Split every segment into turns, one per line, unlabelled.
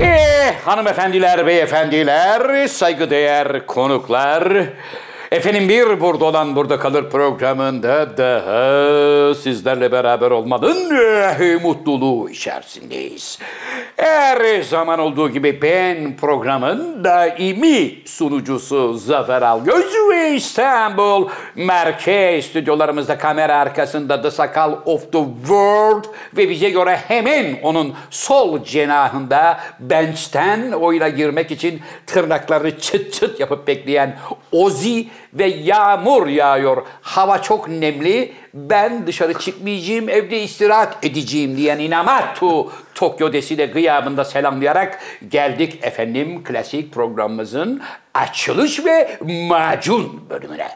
Eh, hanımefendiler, beyefendiler, saygıdeğer konuklar. Efendim bir burada olan burada kalır programında daha sizlerle beraber olmanın eh, mutluluğu içerisindeyiz. Her zaman olduğu gibi ben programın daimi sunucusu Zafer Algöz ve İstanbul Merkez stüdyolarımızda kamera arkasında The Sakal of the World ve bize göre hemen onun sol cenahında bench'ten oyuna girmek için tırnakları çıt çıt yapıp bekleyen Ozi ve yağmur yağıyor. Hava çok nemli. Ben dışarı çıkmayacağım, evde istirahat edeceğim diyen Inamatu Tokyo Desi'de gıyabında selamlayarak geldik efendim klasik programımızın açılış ve macun bölümüne.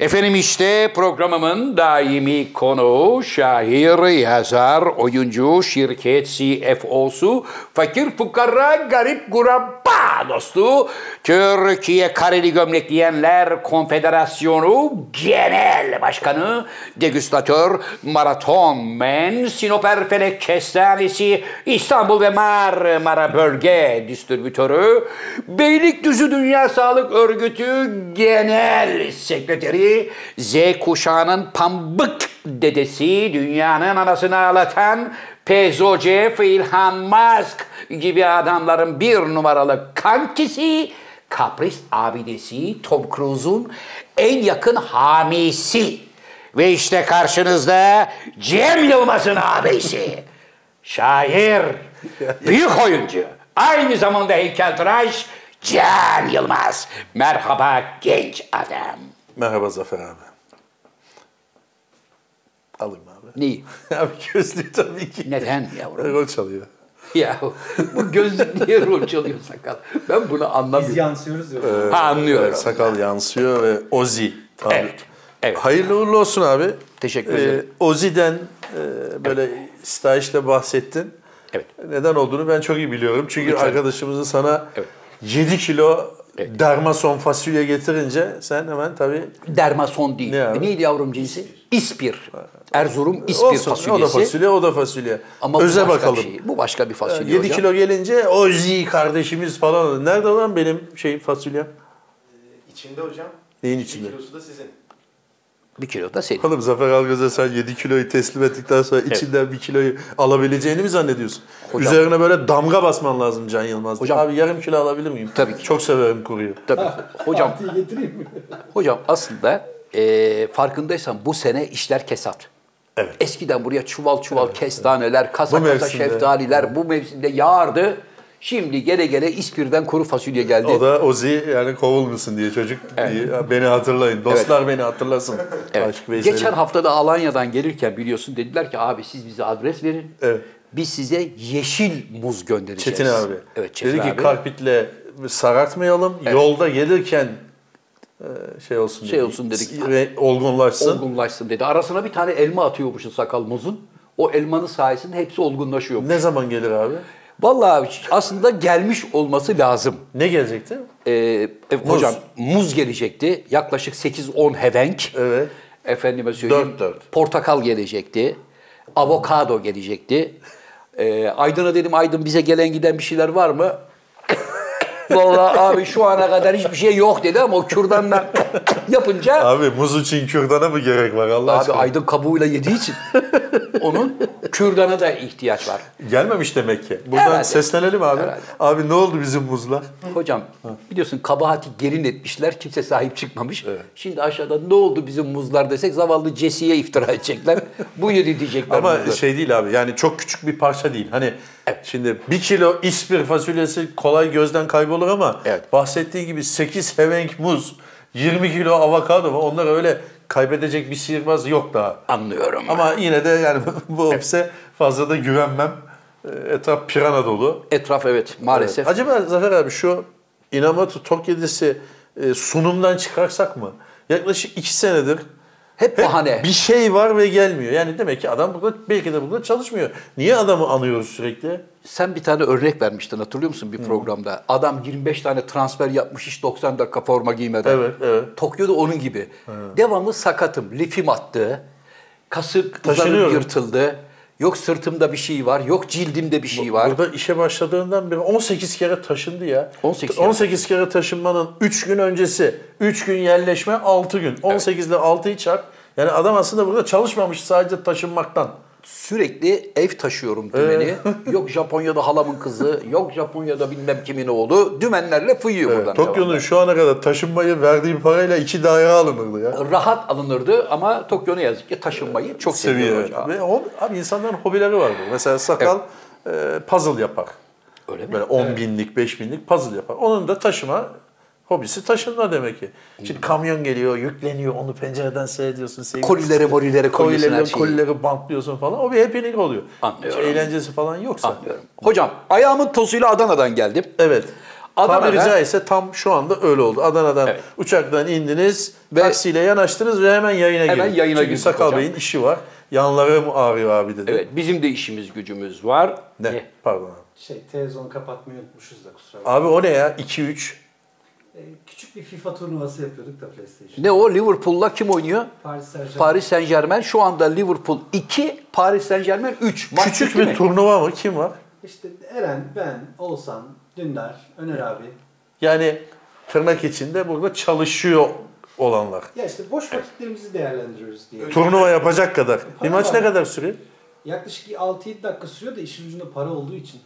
Efendim işte programımın daimi konuğu, şair, yazar, oyuncu, şirket CFO'su, fakir fukara, garip guraba dostu, Türkiye Kareli Gömlek Giyenler Konfederasyonu Genel Başkanı, degüstatör, maraton men, Sinop Erfelek Kestanesi, İstanbul ve Marmara Bölge Distribütörü, Beylikdüzü Dünya Sağlık Örgütü Genel Sekreteri, Z kuşağının pambık dedesi, dünyanın anasını ağlatan Pezocef, Elon Musk gibi adamların bir numaralı kankisi, kapris abidesi Tom Cruise'un en yakın hamisi. Ve işte karşınızda Cem Yılmaz'ın abisi. Şair, büyük oyuncu, aynı zamanda heykeltıraş Can Yılmaz. Merhaba genç adam.
Merhaba Zafer abi. Alayım abi.
Neyi?
abi gözlüğü tabii ki.
Neden yavrum?
Rol çalıyor.
ya bu gözlük niye rol çalıyor sakal? Ben bunu
Biz
anlamıyorum.
yansıyoruz ya.
Ha anlıyorum.
Ee, Evet, sakal yansıyor ve Ozi. Tabii.
Evet, evet.
Hayırlı uğurlu olsun abi.
Teşekkür
Ee,
ederim.
Ozi'den e, böyle istahişle bahsettin.
Evet.
Neden olduğunu ben çok iyi biliyorum. Çünkü
Lütfen.
arkadaşımızın sana
Evet.
7 kilo
Evet.
dermason fasulye getirince sen hemen tabii
Dermason değil.
Ne abi?
Neydi yavrum cinsi? İspir. Erzurum İspir
Ee, olsun. O da
fasulyesi.
fasulye, o da fasulye.
Ama bu
Öze
başka bir
bakalım.
şey. Bu başka bir fasulye
7
hocam.
kilo gelince Ozi kardeşimiz falan. oldu. Nerede lan benim şey fasulyem?
İçinde hocam.
Neyin
Bir
içinde?
kilosu da sizin.
Bir kilo da senin.
Oğlum Zafer Algöz'e sen 7 kiloyu teslim ettikten sonra içinden 1 kiloyu alabileceğini mi zannediyorsun?
Hocam.
Üzerine böyle damga basman lazım Can Yılmaz.
Hocam.
Abi yarım kilo alabilir miyim?
Tabii ki.
Çok severim kuruyu.
Tabii. Hocam,
Partiyi getireyim mi?
hocam aslında e, farkındaysan bu sene işler kesat.
Evet.
Eskiden buraya çuval çuval kestaneler, kasa
Bu
kasa
mevsimde.
şeftaliler bu mevsimde yağardı. Şimdi gele gele İspir'den kuru fasulye geldi.
O da Ozi yani kovulmasın diye çocuk diye beni hatırlayın. Dostlar beni hatırlasın.
Evet.
Aşk Veysel'i.
Geçen hafta da Alanya'dan gelirken biliyorsun dediler ki abi siz bize adres verin.
Evet.
Biz size yeşil muz göndereceğiz.
Çetin abi.
Evet Çetin
Dedi ki
abi.
karpitle sarartmayalım. Yolda gelirken e, şey olsun
Şey olsun dedik.
Re- Olgunlaşsın.
olgunlaşsın dedi. Arasına bir tane elma atıyormuşsun sakal muzun. O elmanın sayesinde hepsi olgunlaşıyor.
Ne zaman gelir abi?
Vallahi aslında gelmiş olması lazım.
Ne gelecekti?
Ee, e, Hocam muz gelecekti. Yaklaşık 8-10 hevenk.
Evet.
Efendime söyleyeyim.
Dört dört.
Portakal gelecekti. Avokado gelecekti. Ee, Aydın'a dedim Aydın bize gelen giden bir şeyler var mı? Vallahi abi şu ana kadar hiçbir şey yok dedi ama o kürdanla yapınca
Abi muzu için kürdana mı gerek var Allah
Abi
aşkına?
aydın kabuğuyla yediği için onun kürdana da ihtiyaç var.
Gelmemiş demek ki. Buradan
Herhalde.
seslenelim abi.
Herhalde.
Abi ne oldu bizim muzlar?
Hocam biliyorsun kabahati gelin etmişler kimse sahip çıkmamış. Şimdi aşağıda ne oldu bizim muzlar desek zavallı Cesi'ye iftira edecekler. Bu yedi diyecekler.
Ama
muzları.
şey değil abi yani çok küçük bir parça değil. Hani şimdi bir kilo ispir fasulyesi kolay gözden kaybolur ama
Evet.
bahsettiği gibi 8 hevenk muz, 20 kilo avokado var. Onlar öyle kaybedecek bir sihirbaz yok daha.
Anlıyorum.
Ama yine de yani bu ofise fazla da güvenmem. Ee, Etraf pirana dolu.
Etraf evet maalesef.
Acaba Zafer abi şu Inamatu Tokya'desi e, sunumdan çıkarsak mı? Yaklaşık iki senedir
Hep bahane.
bir şey var ve gelmiyor. Yani demek ki adam burada belki de burada çalışmıyor. Niye adamı anıyoruz sürekli?
Sen bir tane örnek vermiştin hatırlıyor musun bir programda? Adam 25 tane transfer yapmış hiç 90 dakika forma giymeden.
Evet, evet.
Tokyo'da onun gibi. Devamlı sakatım. Lifim attı. Kasık uzanıp
Taşınıyorum.
yırtıldı. Yok sırtımda bir şey var, yok cildimde bir şey var.
Burada işe başladığından beri 18 kere taşındı ya.
18 kere.
18 kere taşınmanın 3 gün öncesi, 3 gün yerleşme, 6 gün. 18 ile 6'yı çarp. Yani adam aslında burada çalışmamış sadece taşınmaktan.
Sürekli ev taşıyorum dümeni. yok Japonya'da halamın kızı, yok Japonya'da bilmem kimin oğlu. Dümenlerle fıyıyor buradan.
Tokyo'nun şu ana kadar taşınmayı verdiği parayla 2 daire alınırdı ya.
devamlı. Rahat alınırdı ama Tokyo ne yazık ki taşınmayı çok seviyor
Seviye.
hocam.
Ve o, abi insanların hobileri var bu. Mesela sakal e, puzzle yapar.
Öyle mi?
Böyle 10 binlik, 5 binlik puzzle yapar. Onun da taşıma hobisi taşınma demek ki.
Hmm.
Şimdi kamyon geliyor, yükleniyor, onu pencereden seyrediyorsun. sevgili-
Kolileri, morileri, kolyesini her
Kolileri,
şeyi.
kolileri bantlıyorsun falan. O bir happening oluyor.
Anlıyorum.
Hiç eğlencesi falan yoksa.
Anlıyorum. Hocam ayağımın tozuyla Adana'dan geldim.
Evet.
Adana'da-
Tabiri caizse tam şu anda öyle oldu. Adana'dan
Evet.
uçaktan indiniz,
Ve-
taksiyle yanaştınız ve hemen yayına
Hemen
girdiniz.
yayına
Çünkü
girdik
Sakal
hocam.
Bey'in işi var. Yanları mı ağrıyor abi dedi.
Evet bizim de işimiz gücümüz var.
Ne?
Ne?
Pardon abi.
Şey televizyon kapatmayı unutmuşuz da kusura bakmayın.
Abi o ne ya? 2-3.
Ee, küçük bir FIFA turnuvası yapıyorduk da PlayStation.
Ne o Liverpool'la kim oynuyor?
Paris Saint-Germain.
Paris Saint Germain şu anda Liverpool 2, Paris Saint Germain 3.
Küçük bir turnuva mı? Kim var?
İşte Eren, ben, Oğuzhan, Dündar, Öner abi.
Yani tırnak içinde burada çalışıyor olanlar.
Ya işte boş vakitlerimizi değerlendiriyoruz diye.
Turnuva yapacak kadar. Bir maç ne kadar sürüyor?
Yaklaşık 6-7 dakika sürüyor da işin ucunda para olduğu için.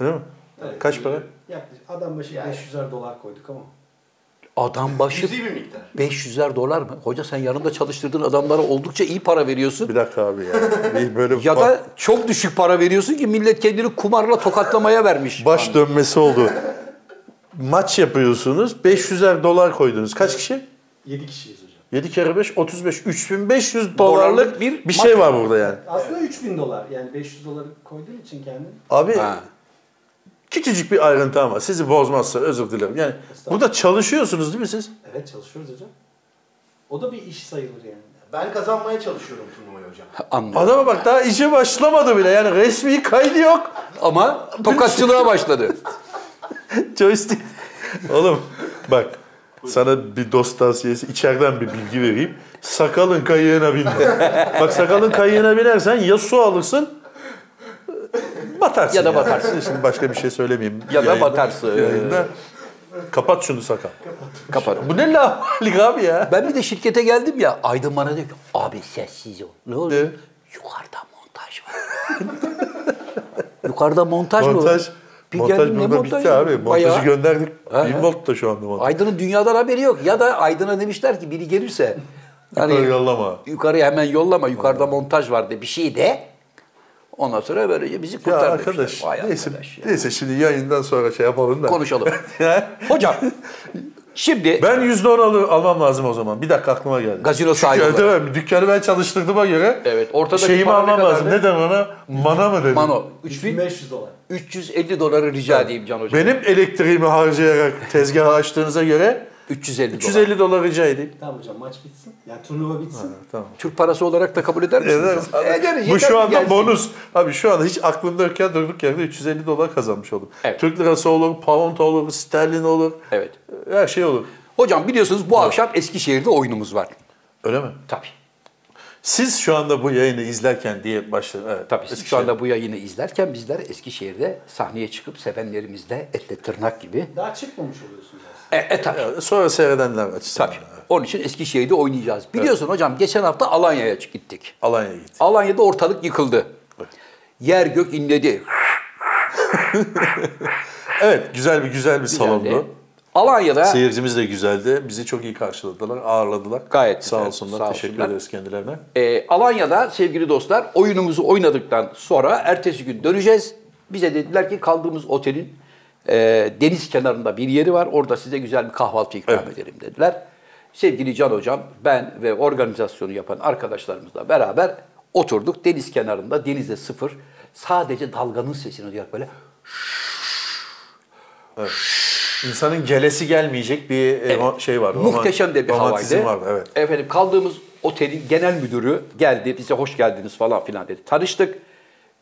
Öyle mi?
Evet. e,
Kaç para?
Yaklaşık adam başı
Yani.
500'er dolar koyduk ama.
Adam başı
Cüzi bir miktar.
500'er dolar mı? Hoca sen yanında çalıştırdığın adamlara oldukça iyi para veriyorsun.
Bir dakika abi ya. Bir böyle
Ya
ba-
da çok düşük para veriyorsun ki millet kendini kumarla tokatlamaya vermiş.
baş dönmesi oldu. maç yapıyorsunuz. 500'er dolar koydunuz. Kaç kişi?
7 kişiyiz hocam.
7 kere 5 35 3500 dolarlık
Dolarlık bir
bir, bir
maç.
şey var burada yani.
Aslında 3000 dolar. Yani 500 doları koyduğun için kendin.
Abi
Ha.
küçücük bir ayrıntı ama sizi bozmazsa özür dilerim. Yani burada çalışıyorsunuz değil mi siz?
Evet çalışıyoruz hocam. O da bir iş sayılır yani.
Ben kazanmaya çalışıyorum turnuvayı hocam.
Anladım.
Adama bak daha işe başlamadı bile. Yani resmi kaydı yok.
Ama tokatçılığa başladı.
Joystick. Oğlum bak sana bir dost tavsiyesi içeriden bir bilgi vereyim. Sakalın kayığına binme. bak sakalın kayığına binersen ya su alırsın batarsın.
Ya da
yani.
batarsın.
Şimdi başka bir şey söylemeyeyim.
Ya da
Yayında-
batarsın.
yayında. Kapat şunu sakal.
Kapat.
Bu ne lahmalik abi ya?
Ben bir de şirkete geldim ya Aydın bana diyor ki abi sessiz ol. Ne oluyor?
Ne?
Yukarıda montaj var. Yukarıda montaj, mı?
Montaj.
Bir
montaj
geldim, ne
burada
montaj
bitti
ya?
abi. Montajı
Bayağı.
gönderdik.
Ha, ha.
1000 volt da şu anda montaj.
Aydın'ın dünyadan haberi yok. Ya da Aydın'a demişler ki biri gelirse
Yukarı
hani
yollama.
yukarıya hemen yollama yukarıda montaj var diye bir şey de ondan sonra böylece bizi
Ya
kurtar demişler.
arkadaş,
Vay
neyse,
arkadaş ya.
neyse şimdi yayından sonra şey yapalım da.
Konuşalım. Hocam şimdi
Ben yüzde on alı- almam lazım o zaman. Bir dakika aklıma geldi.
Gazino
Çünkü
sahibi olarak.
ödemem. Dükkanı ben çalıştırdığıma göre
Evet, ortadaki
şeyimi
para ne
almam lazım.
kadardı?
Ne dedim ona? Mana mı dedim?
Mano 3000
3500 dolar.
350 doları rica edeyim Can Hocam.
Benim elektriğimi harcayarak tezgahı açtığınıza göre
350 dolar.
350 dolar rica edeyim.
Tamam hocam maç bitsin. Yani turnuva bitsin.
Tamam.
Türk parası olarak da kabul eder misiniz? Ederiz,
Bu
E, yeter ki
şu anda
gelsin.
bonus. Abi şu anda hiç aklımdayken durduk yerde 350 dolar kazanmış oldum.
Evet.
Türk lirası olur, pound olur, sterlin olur.
Evet.
Her şey olur.
Hocam biliyorsunuz bu akşam Eskişehir'de oyunumuz var.
Öyle mi?
Tabii.
Siz şu anda bu yayını izlerken diye başladı. Evet.
Tabii siz şu
Eskişehir.
anda bu yayını izlerken bizler Eskişehir'de sahneye çıkıp sevenlerimizle etle tırnak gibi.
Daha çıkmamış oluyorsunuz aslında.
E, e tabii.
Ya, Sonra seyredenler açısından.
Tabii. Onun için Eskişehir'de oynayacağız. Biliyorsun hocam geçen hafta Alanya'ya gittik.
Alanya'ya gitti.
Alanya'da ortalık yıkıldı. Yer gök inledi.
Evet, güzel bir güzel bir salondu.
Geldi. Alanya'da
Seyircimiz de güzeldi. Bizi çok iyi karşıladılar, ağırladılar.
Gayet
sağ
güzel,
olsunlar.
sağ
Teşekkür
olsunlar.
ederiz kendilerine.
E, Alanya'da sevgili dostlar oyunumuzu oynadıktan sonra ertesi gün döneceğiz. Bize dediler ki kaldığımız otelin e, deniz kenarında bir yeri var. Orada size güzel bir kahvaltı ikram
Evet.
edelim dediler. Sevgili Can Hocam, ben ve organizasyonu yapan arkadaşlarımızla beraber oturduk. Deniz kenarında, denize sıfır. Sadece dalganın sesini duyarak böyle
İnsanın gelesi gelmeyecek bir e, ro- şey vardı. roman-
Muhteşem de bir
romantizm
havaydı.
vardı, evet.
Efendim kaldığımız otelin genel müdürü geldi. Bize hoş geldiniz falan filan dedi. Tanıştık.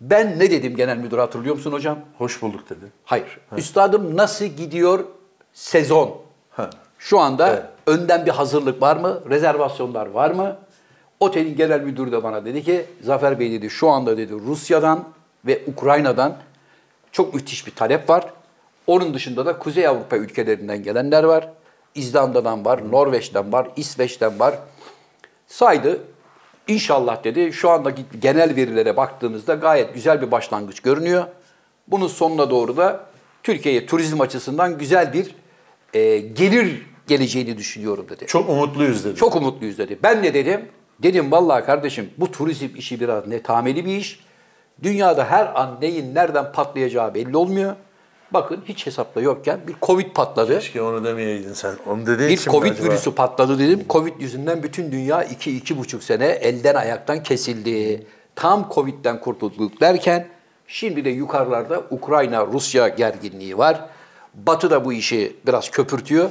Ben ne dedim genel müdürü hatırlıyor musun hocam?
Hoş bulduk dedi.
Hayır. Üstadım nasıl gidiyor sezon?
Ha.
Şu anda
Evet.
önden bir hazırlık var mı? Rezervasyonlar var mı? Otelin genel müdürü de bana dedi ki Zafer Bey dedi şu anda dedi Rusya'dan ve Ukrayna'dan çok müthiş bir talep var. Onun dışında da Kuzey Avrupa ülkelerinden gelenler var. İzlanda'dan var, Norveç'ten var, İsveç'ten var. Saydı. İnşallah dedi şu andaki genel verilere baktığımızda gayet güzel bir başlangıç görünüyor. Bunun sonuna doğru da Türkiye'ye turizm açısından güzel bir e, gelir geleceğini düşünüyorum dedi.
Çok umutluyuz dedi.
Çok umutluyuz dedi. Ben ne dedim? Dedim vallahi kardeşim bu turizm işi biraz netameli bir iş. Dünyada her an neyin nereden patlayacağı belli olmuyor. Bakın hiç hesapta yokken bir Covid patladı.
Keşke onu demeyeydin sen. Onu dediğin
Bir
için mi
Covid
acaba?
virüsü patladı dedim. Covid yüzünden bütün dünya 2-2,5 sene elden ayaktan kesildi. Tam Covid'den kurtulduk derken şimdi de yukarılarda Ukrayna-Rusya gerginliği var. Batı da bu işi biraz köpürtüyor.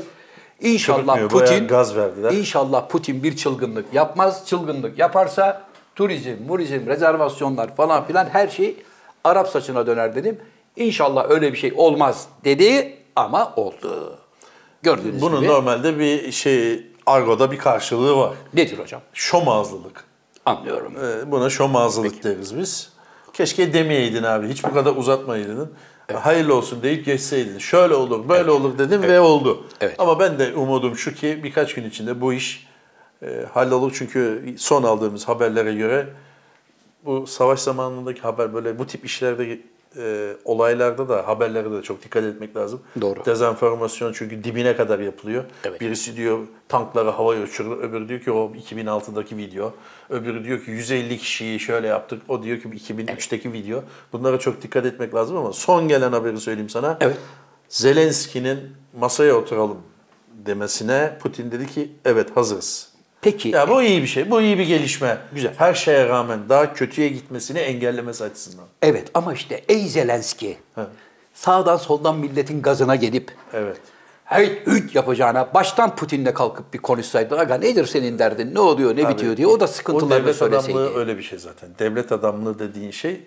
İnşallah
Köpürtmüyor, bayağı
Putin
gaz verdiler.
İnşallah Putin bir çılgınlık yapmaz. Çılgınlık yaparsa turizm, murizm, rezervasyonlar falan filan her şey Arap saçına döner dedim. İnşallah öyle bir şey olmaz dedi ama oldu. Gördüğünüz
Bunun
gibi.
normalde bir şey argoda bir karşılığı var.
Nedir hocam?
Şomazlılık.
Anlıyorum.
Ee, Buna şomazlılık deriz biz. Keşke demeyeydin abi. Hiç bu kadar uzatmayaydın. Hayırlı olsun deyip geçseydin. Şöyle olur, böyle olur dedim ve oldu.
Evet.
Ama ben de umudum şu ki birkaç gün içinde bu iş e, hallolur. Çünkü son aldığımız haberlere göre bu savaş zamanındaki haber böyle bu tip işlerde e, olaylarda da haberlere de çok dikkat etmek lazım.
Doğru.
Dezenformasyon çünkü dibine kadar yapılıyor.
Evet.
Birisi diyor tanklara havaya uçurdu. Öbürü diyor ki o 2006'daki video. Öbürü diyor ki 150 kişiyi şöyle yaptık. O diyor ki 2003'teki video. Bunlara çok dikkat etmek lazım ama son gelen haberi söyleyeyim sana.
Evet.
Zelenski'nin masaya oturalım demesine Putin dedi ki evet hazırız.
Peki
Ya bu iyi bir şey. Bu iyi bir gelişme.
Güzel.
Her şeye rağmen daha kötüye gitmesini engellemesi açısından.
evet ama işte ey Zelenski
Ha.
sağdan soldan milletin gazına gelip
Evet.
hey hüt yapacağına baştan Putin'le kalkıp bir konuşsaydı. Aga nedir senin derdin ne oluyor ne bitiyor diye o da
O
sıkıntılarını
Hani devlet
söyleseydi.
adamlığı öyle bir şey zaten. Devlet adamlığı dediğin şey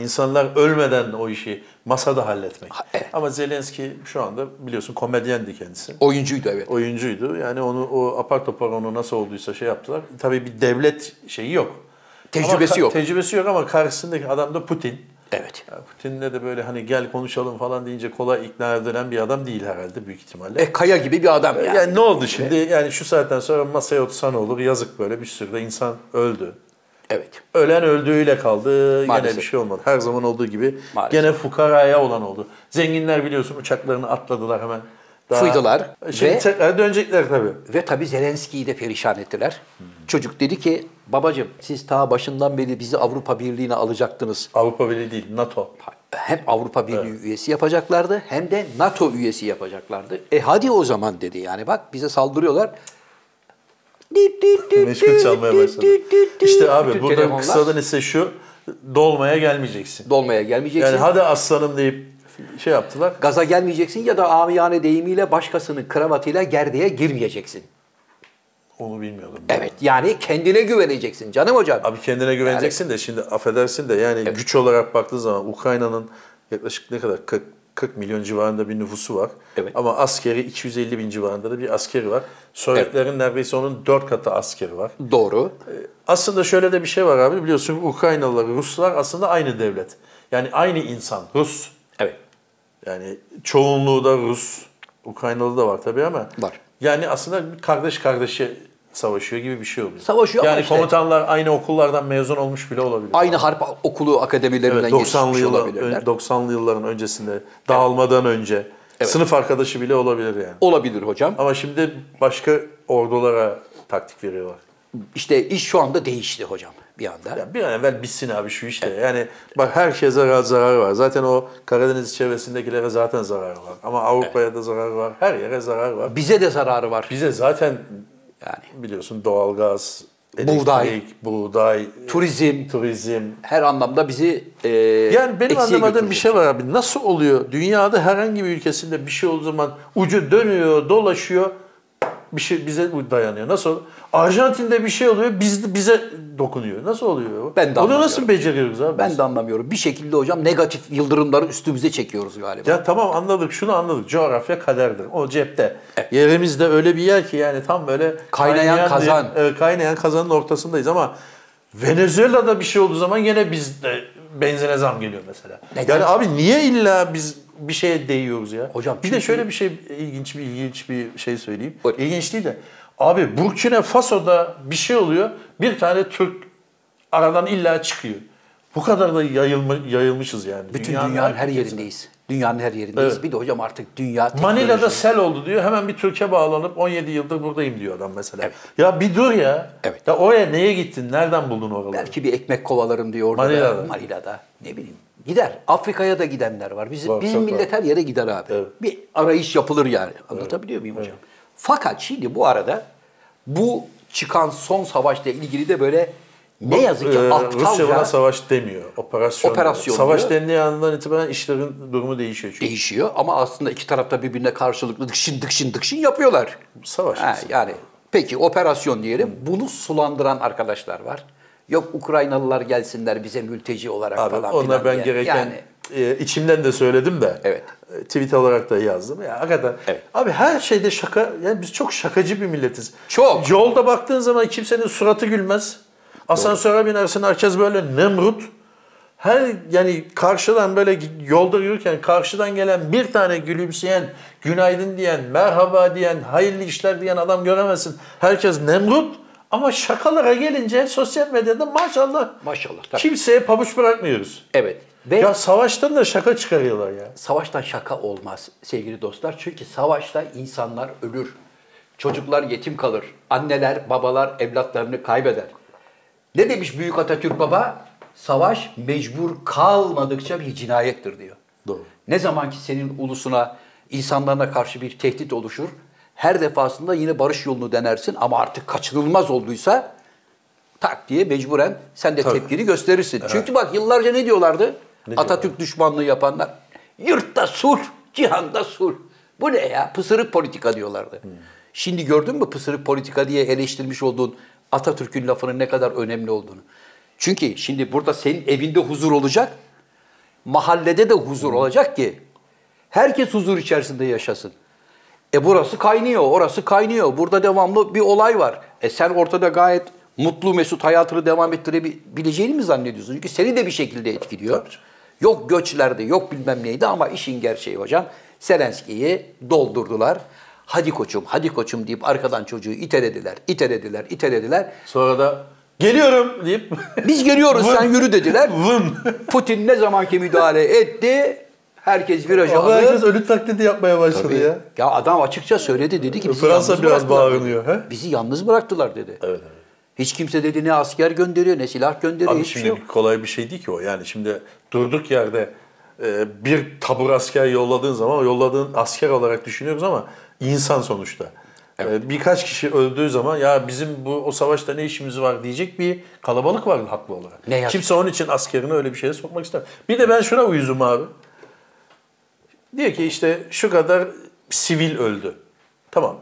insanlar ölmeden o işi masada halletmek.
evet.
Ama Zelenski şu anda biliyorsun komedyendi kendisi.
Oyuncuydu evet.
Oyuncuydu. Yani onu o apar topar onu nasıl olduysa şey yaptılar. Tabii bir devlet şeyi yok.
Tecrübesi
Ama ka-
yok.
Tecrübesi yok ama karşısındaki adam da Putin.
evet.
Ya Putin'le de böyle hani gel konuşalım falan deyince kolay ikna edilen bir adam değil herhalde büyük ihtimalle.
E kaya gibi bir adam yani.
Yani, ne oldu şimdi? Yani şu saatten sonra masaya otursan olur. Yazık böyle bir sürü de insan öldü.
Evet.
Ölen öldüğüyle kaldı.
Maalesef.
Gene bir şey olmadı. Her zaman olduğu gibi
Maalesef.
gene fukaraya olan oldu. Zenginler biliyorsun uçaklarını atladılar hemen. E,
Fıydılar
Şimdi
ve-
tekrar dönecekler tabii.
Ve tabii Zelenski'yi de perişan ettiler.
Hmm.
Çocuk dedi ki babacığım siz ta başından beri bizi Avrupa Birliği'ne alacaktınız.
Avrupa Birliği değil, NATO.
Hem Avrupa Birliği üyesi yapacaklardı hem de NATO üyesi yapacaklardı. E hadi o zaman dedi yani bak bize saldırıyorlar. Dip dip dip
Meşgul
dip
çalmaya
dip
başladı.
dip dip dip.
İşte abi
Bütün
buradan
telefonlar
kısadan ise şu dolmaya gelmeyeceksin.
dolmaya gelmeyeceksin.
Yani hadi aslanım deyip şey yaptılar.
Gaza gelmeyeceksin ya da amiyane deyimiyle başkasının kravatıyla gerdeğe girmeyeceksin.
Onu bilmiyordum. ben.
Evet yani kendine güveneceksin canım hocam.
Abi kendine güveneceksin de şimdi affedersin de yani güç olarak baktığın zaman Ukrayna'nın yaklaşık ne kadar 40, 40 milyon civarında bir nüfusu var.
Evet.
Ama askeri 250 bin civarında da bir askeri var. Sovyetlerin neredeyse onun 4 katı askeri var.
Doğru.
Aslında şöyle de bir şey var abi biliyorsun Ukraynalılar, Ruslar aslında aynı devlet. Yani aynı insan Rus.
Evet.
Yani çoğunluğu da Rus. Ukraynalı da var tabii ama.
Var.
Yani aslında bir kardeş kardeşe savaşıyor gibi bir şey oluyor.
Savaşıyor ama
yani
işte-
komutanlar aynı okullardan mezun olmuş bile olabilir.
Aynı harp okulu akademilerinden
Evet,
yetişmiş
90'lı yıllar,
olabilirler.
90'lı yılların öncesinde dağılmadan önce sınıf arkadaşı bile olabilir yani.
Olabilir hocam.
Ama şimdi başka ordulara taktik veriyorlar.
İşte iş şu anda değişti hocam bir anda.
Ya bir an evvel bitsin abi şu işte. Yani bak herkese ra- zararı var. Zaten o Karadeniz çevresindekilere zaten zararı var. Ama Avrupa'ya da zararı var. Her yere zararı var.
Bize de zararı var.
Bize zaten
Yani
biliyorsun doğalgaz,
Buğday.
elektrik, buğday,
turizm
turizm.
her anlamda bizi e,
Yani benim
eksiğe
anlamadığım bir
götürecek.
şey var abi. Nasıl oluyor? Dünyada herhangi bir ülkesinde bir şey olduğu zaman ucu dönüyor, dolaşıyor. Bir şey bize dayanıyor. Nasıl? Arjantin'de bir şey oluyor, biz bize dokunuyor. Nasıl oluyor? bu?
Ben de
Onu
anlamıyorum.
nasıl beceriyoruz abi?
Ben
biz?
de anlamıyorum. Bir şekilde hocam negatif yıldırımları üstümüze çekiyoruz galiba.
Ya tamam anladık, şunu anladık. Coğrafya kaderdir. O cepte. Yerimizde öyle bir yer ki yani tam böyle
Kaynayan kazan.
Evet, kaynayan kazanın ortasındayız ama Venezuela'da bir şey olduğu zaman yine bizde benzine zam geliyor mesela.
Neden?
Yani abi niye illa biz bir şeye değiyoruz ya?
Hocam
bir de
çünkü-
şöyle bir şey ilginç bir ilginç bir şey söyleyeyim.
Buyurun.
İlginç değil de abi Burkina Faso'da bir şey oluyor. Bir tane Türk aradan illa çıkıyor. Bu kadar da yayılma, yayılmışız yani.
Bütün dünyanın her yerindeyiz. Dünyanın her yerindeyiz.
Evet.
Bir de hocam artık dünya
Manila'da
teknoloji-
sel oldu diyor. Hemen bir Türkiye bağlanıp 17 yıldır buradayım diyor adam mesela.
Evet.
Ya bir dur ya.
Evet.
Ya oraya neye gittin? Nereden buldun oraları?
belki bir ekmek kovalarım diyor orada. da,
Manila'da.
Manila'da. Ne bileyim. Gider. Afrika'ya da gidenler var. Bizim,
Var,
bizim
çok var.
millet her yere gider abi.
Evet.
Bir arayış yapılır yani. Anlatabiliyor muyum hocam? Fakat şimdi bu arada bu çıkan son savaşla ilgili de böyle ne yazık ki
Ee, Rusya buna
aptalca
savaş demiyor. Operasyon.
Operasyon
Savaş
diyor.
dendiği andan itibaren işlerin durumu değişiyor çünkü.
değişiyor. Ama aslında iki tarafta birbirine karşılıklı dıkşın dıkşın dıkşın yapıyorlar.
Savaş.
Ha, yani peki operasyon diyelim. Bunu sulandıran arkadaşlar var. Yok Ukraynalılar gelsinler bize mülteci olarak
Abi
falan
ona
filan
ben
diye.
gereken
Yani
e, içimden de söyledim de.
Evet.
e, Tweet olarak da yazdım. Ya hakikaten.
Evet.
Abi her şeyde şaka. Yani biz çok şakacı bir milletiz.
Çok.
Yolda baktığın zaman kimsenin suratı gülmez. Asansöre binersin herkes böyle nemrut. Her yani karşıdan böyle yolda yürürken karşıdan gelen bir tane gülümseyen, günaydın diyen, merhaba diyen, hayırlı işler diyen adam göremezsin. Herkes nemrut ama şakalara gelince sosyal medyada maşallah
maşallah. tabii.
Kimseye pabuç bırakmıyoruz.
Evet. Ve
Ya savaştan da şaka çıkarıyorlar ya.
savaştan şaka olmaz sevgili dostlar. Çünkü savaşta insanlar ölür. Çocuklar yetim kalır. Anneler, babalar evlatlarını kaybeder. Ne demiş Büyük Atatürk Baba? Savaş mecbur kalmadıkça bir cinayettir diyor.
Doğru.
Ne zaman ki senin ulusuna, insanlarına karşı bir tehdit oluşur, her defasında yine barış yolunu denersin ama artık kaçınılmaz olduysa tak diye mecburen sen de tepkini gösterirsin. Çünkü bak yıllarca ne diyorlardı? Atatürk düşmanlığı yapanlar. Yurtta sulh, cihanda sulh. Bu ne ya? Pısırık politika diyorlardı. Şimdi gördün mü pısırık politika diye eleştirmiş olduğun Atatürk'ün lafının ne kadar önemli olduğunu. Çünkü şimdi burada senin evinde huzur olacak, mahallede de huzur olacak ki herkes huzur içerisinde yaşasın. E burası kaynıyor, orası kaynıyor. Burada devamlı bir olay var. E sen ortada gayet mutlu mesut hayatını devam ettirebileceğini mi zannediyorsun? Çünkü seni de bir şekilde etkiliyor. Yok göçlerde, yok bilmem neydi ama işin gerçeği hocam. Selenski'yi doldurdular. Hadi koçum, hadi koçum deyip arkadan çocuğu itelediler, itelediler, itelediler.
Sonra da geliyorum deyip
Biz geliyoruz
Vın.
sen yürü dediler.
vın.
Putin ne zamanki müdahale etti, herkes viraj
Ama herkes
aldı.
ölü taklidi yapmaya başladı ya.
Ya adam açıkça söyledi dedi ki bizi
Fransa
yalnız
biraz
bıraktılar dedi.
bağırınıyor, he?
Bizi yalnız bıraktılar dedi. Hiç kimse dedi ne asker gönderiyor ne silah gönderiyor
Abi
hiçbir
şimdi
şey yok.
kolay bir şey değil ki o. Yani şimdi durduk yerde e, bir tabur asker yolladığın zaman yolladığın asker olarak düşünüyoruz ama insan sonuçta. E, Birkaç kişi öldüğü zaman ya bizim bu o savaşta ne işimiz var diyecek bir kalabalık var haklı olarak.
Ne yazık.
Kimse onun için askerini öyle bir şeye sokmak istemez. Bir de ben şuna uyuzum abi. Diyor ki işte şu kadar sivil öldü. Tamam.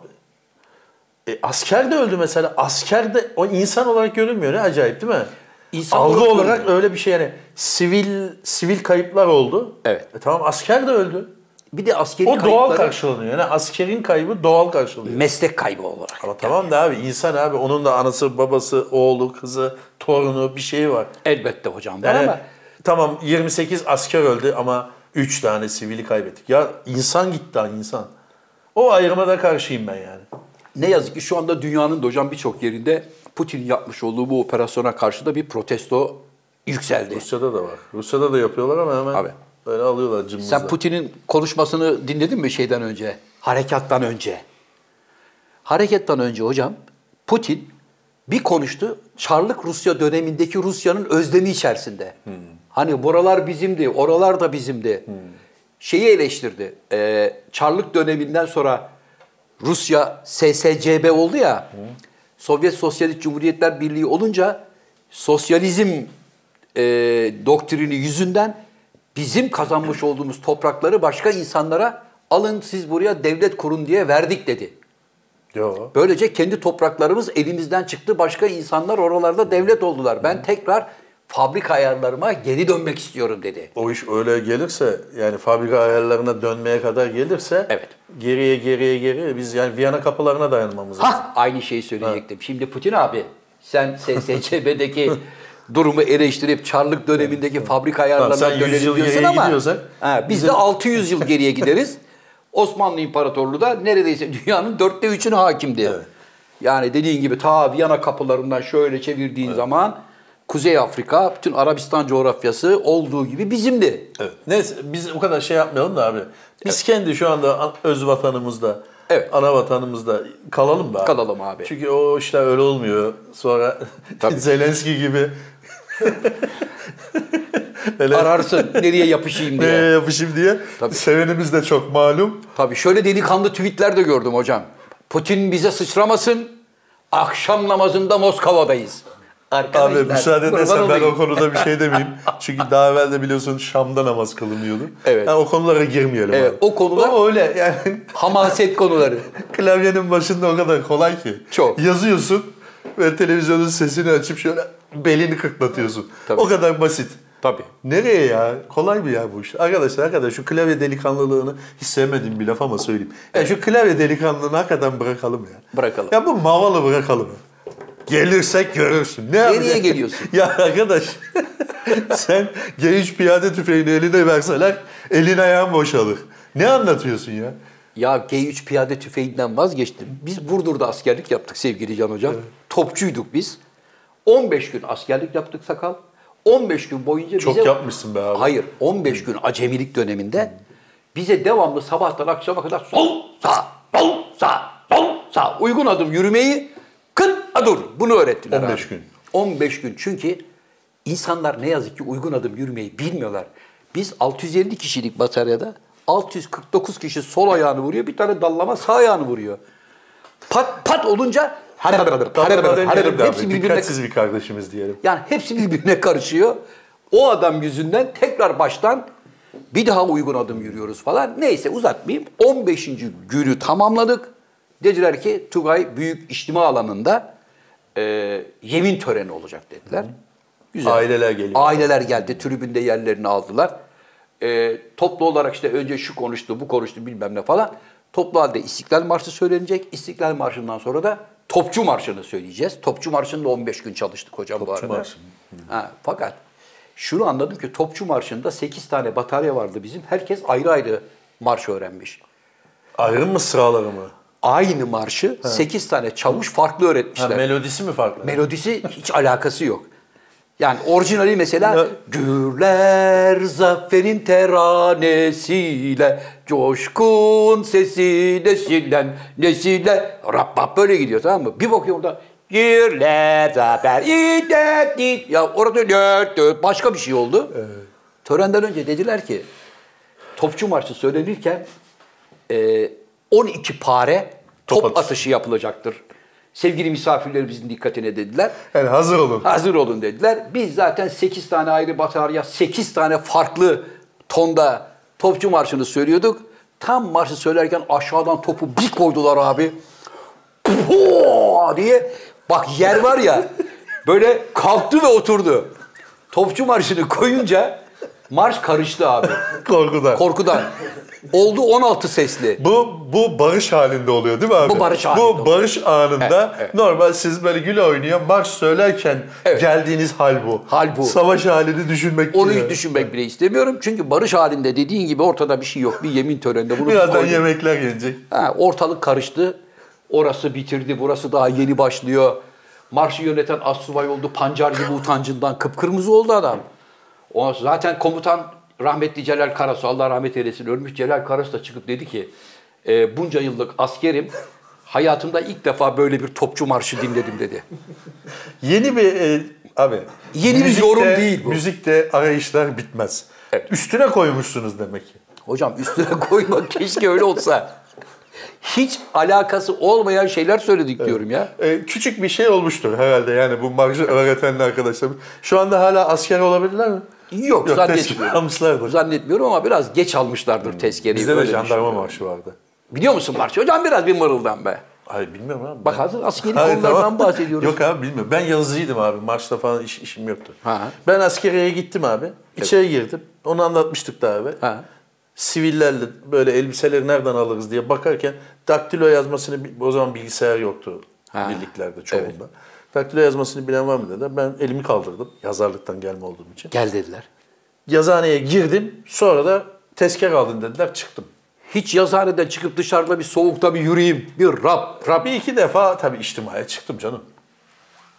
E, asker de öldü mesela. Asker de o insan olarak görünmüyor. Ne acayip değil mi?
İnsan
Algı
olarak
olarak
görünmüyor.
öyle bir şey yani. Sivil sivil kayıplar oldu.
Evet.
E, tamam asker de öldü.
Bir de askeri
O doğal
kayıpları
karşılanıyor. Yani askerin kaybı doğal karşılanıyor.
meslek kaybı olarak.
Ama tamam da abi insan abi onun da anası, babası, oğlu, kızı, torunu bir şey var.
Elbette hocam var
Yani
ama
tamam 28 asker öldü ama 3 tane sivili kaybettik. Ya insan gitti ha insan. O ayrıma da karşıyım ben yani.
ne yazık ki şu anda dünyanın da hocam birçok yerinde Putin yapmış olduğu bu operasyona karşı da bir protesto yükseldi.
Rusya'da da var. Rusya'da da yapıyorlar ama hemen
Abi.
böyle alıyorlar cımbızla.
Sen Putin'in konuşmasını dinledin mi şeyden önce? Harekattan önce. Harekattan önce hocam Putin bir konuştu. Çarlık Rusya dönemindeki Rusya'nın özlemi içerisinde. Hani buralar bizimdi, oralar da bizimdi. Şeyi eleştirdi. Ee, Çarlık döneminden sonra Rusya SSCB oldu ya. Sovyet Sosyalist Cumhuriyetler Birliği olunca sosyalizm e, doktrini yüzünden bizim kazanmış olduğumuz toprakları başka insanlara alın siz buraya devlet kurun diye verdik dedi.
Yo.
Böylece kendi topraklarımız elimizden çıktı. Başka insanlar oralarda devlet oldular. Ben tekrar fabrika ayarlarıma geri dönmek istiyorum dedi.
O iş öyle gelirse yani fabrika ayarlarına dönmeye kadar gelirse
Evet.
geriye geriye geriye biz yani Viyana kapılarına dayanmamız lazım.
Ha aynı şeyi söyleyecektim. Şimdi Putin abi sen SSCB'deki durumu eleştirip Çarlık dönemindeki fabrika
Tamam, sen
ayarlarına
100 yıl
dönelim diyorsun
geriye
ama
gidiyorsak,
ha, biz de 600 yıl geriye gideriz. Osmanlı İmparatorluğu da neredeyse dünyanın dörtte üçüne hakimdi. Yani dediğin gibi ta Viyana kapılarından şöyle çevirdiğin zaman Kuzey Afrika, bütün Arabistan coğrafyası olduğu gibi bizimdi.
Evet. Neyse biz o kadar şey yapmayalım da abi. Biz kendi şu anda an- öz vatanımızda,
Evet.
ana vatanımızda kalalım be abi.
Kalalım abi.
Çünkü o işler öyle olmuyor. Sonra
Tabii.
Zelenski gibi Hele
Ararsın nereye yapışayım
nereye
diye.
yapışayım diye.
Tabii.
Sevenimiz de çok malum.
Tabii şöyle delikanlı tweetler de gördüm hocam. Putin bize sıçramasın. Akşam namazında Moskova'dayız.
Abi
Arkadaşlar,
müsaade
kurban
edersen ben
olayım.
o konuda bir şey demeyeyim. Çünkü daha evvel de biliyorsun Şam'da namaz kılınıyordu.
Evet.
Yani o konulara girmeyelim.
Evet,
abi.
o konular-
O öyle yani
Hamaset konuları.
klavyenin başında o kadar kolay ki.
Çok.
Yazıyorsun ve televizyonun sesini açıp şöyle belini kıklatıyorsun.
Tabii.
O kadar basit.
Tabii.
Nereye ya? Kolay mı ya bu iş? Arkadaşlar hakikaten şu klavye delikanlılığını hiç sevmediğim bir laf ama söyleyeyim. Ya şu klavye delikanlılığını hakikaten bırakalım ya.
Bırakalım.
Ya bu mavalı bırakalım. Gelirsek görürsün. Ne yapacaksın?
geliyorsun?
ya arkadaş sen genç piyade tüfeğini eline verseler elin ayağın boşalır. Ne anlatıyorsun ya?
Ya G3 piyade tüfeğinden vazgeçtim. Biz Burdur'da askerlik yaptık sevgili Can Hocam. Topçuyduk biz. 15 gün askerlik yaptık sakal. 15 gün boyunca
Çok
bize...
yapmışsın be abi.
Hayır, 15 gün acemilik döneminde bize devamlı sabahtan akşama kadar sol sağ, sol sağ, sol sağ uygun adım yürümeyi kın dur bunu öğrettiler.
15
abi.
gün.
15 gün çünkü insanlar ne yazık ki uygun adım yürümeyi bilmiyorlar. Biz 650 kişilik bataryada 649 kişi sol ayağını vuruyor, bir tane dallama sağ ayağını vuruyor. Pat pat olunca
Dalgada demeyelim de abi,
hepsi birbirine
Dikkatsiz bir kardeşimiz diyelim.
yani hepsi birbirine karışıyor. O adam yüzünden tekrar baştan bir daha uygun adım yürüyoruz falan. Neyse uzatmayayım. 15. günü tamamladık. Dediler ki Tugay Büyük İçtima Alanı'nda e, yemin töreni olacak dediler. Güzel.
Aileler geliyor.
Aileler geldi. Tribünde yerlerini aldılar. E, toplu olarak işte önce şu konuştu, bu konuştu bilmem ne falan. Toplu halde İstiklal Marşı söylenecek. İstiklal Marşı'ndan sonra da Topçu Marşı'nı söyleyeceğiz. Topçu Marşı'nda 15 gün çalıştık hocam bu arada.
Marşı.
Ha, fakat şunu anladım ki Topçu Marşı'nda 8 tane batarya vardı bizim. Herkes ayrı ayrı marş öğrenmiş.
Ayrım mı sıraları mı?
Aynı marşı 8 tane çavuş farklı
Ha,
öğretmişler.
melodisi mi farklı?
Melodisi hiç alakası yok. Yani orijinali mesela
Ya-
Gürler zaferin teranesiyle Coşkun sesi nesilden nesile Rap rap böyle gidiyor tamam mı? Bir bakıyorum orada Gürler zafer idet dit Ya orada dört dört başka bir şey oldu. Törenden önce dediler ki Topçu Marşı söylenirken e, 12 pare top,
Top
atışı.
atışı.
yapılacaktır. Sevgili misafirlerimizin dikkatine dediler.
Yani hazır olun.
Hazır olun dediler. Biz zaten 8 tane ayrı batarya, 8 tane farklı tonda topçu marşını söylüyorduk. Tam marşı söylerken aşağıdan topu bir koydular abi. Poo diye bak yer var ya böyle kalktı ve oturdu. Topçu marşını koyunca marş karıştı abi.
Korkudan.
Korkudan. Oldu 16 sesli.
Bu bu barış halinde oluyor değil mi abi?
Bu barış halinde
Bu
oluyor.
barış anında
Evet, evet.
normal siz böyle güle oynuyor marş söylerken
Evet.
geldiğiniz hal bu.
Hal bu.
Savaş halini düşünmek
Onu
değil.
hiç düşünmek bile istemiyorum. Çünkü barış halinde dediğin gibi ortada bir şey yok. Bir yemin töreninde bunu
Birazdan
koyduk.
yemekler gelecek.
Ha, ortalık karıştı. Orası bitirdi, burası daha yeni başlıyor. Marşı yöneten assubay oldu. Pancar gibi utancından kıpkırmızı oldu adam. O zaten komutan rahmetli Celal Karasu, Allah rahmet eylesin ölmüş Celal Karasu da çıkıp dedi ki "E, bunca yıllık askerim hayatımda ilk defa böyle bir topçu marşı dinledim dedi.
Yeni bir e, abi.
Yeni bir yorum değil bu.
Müzikte arayışlar bitmez.
Evet.
Üstüne koymuşsunuz demek ki.
Hocam üstüne koymak keşke öyle olsa. Hiç alakası olmayan şeyler söyledik diyorum ya.
E, küçük bir şey olmuştur herhalde yani bu marşı öğreten arkadaşlar. Şu anda hala asker olabilirler mi?
Yok,
tezkere
zannetmiyorum.
almışlardır.
Zannetmiyorum ama biraz geç almışlardır tezkereyi.
Hmm. Bizde de
böyle şey.
jandarma
düşünüyorum.
marşı vardı.
Biliyor musun marşı? Hocam biraz bir mırıldan be.
Hayır bilmiyorum abi.
Bak
Ben-
hazır askeri
Hayır,
konulardan
tamam.
bahsediyoruz.
Yok abi bilmiyorum. Ben yazıcıydım abi. Maçta falan iş, işim yoktu.
Ha.
Ben askeriyeye gittim abi. İçeri girdim. Onu anlatmıştık da abi.
Ha.
Sivillerle böyle elbiseleri nereden alırız diye bakarken daktilo yazmasını bi- o zaman bilgisayar yoktu
Ha.
birliklerde çoğunda. Daktilo yazmasını bilen var mı dedi. Ben elimi kaldırdım yazarlıktan gelme olduğum için.
Gel dediler.
Yazıhaneye girdim. Sonra da tezkere aldın dediler çıktım.
Hiç yazıhaneden çıkıp dışarıda bir soğukta bir yürüyeyim. Bir rap rap.
Bir iki defa tabii içtimaya çıktım canım.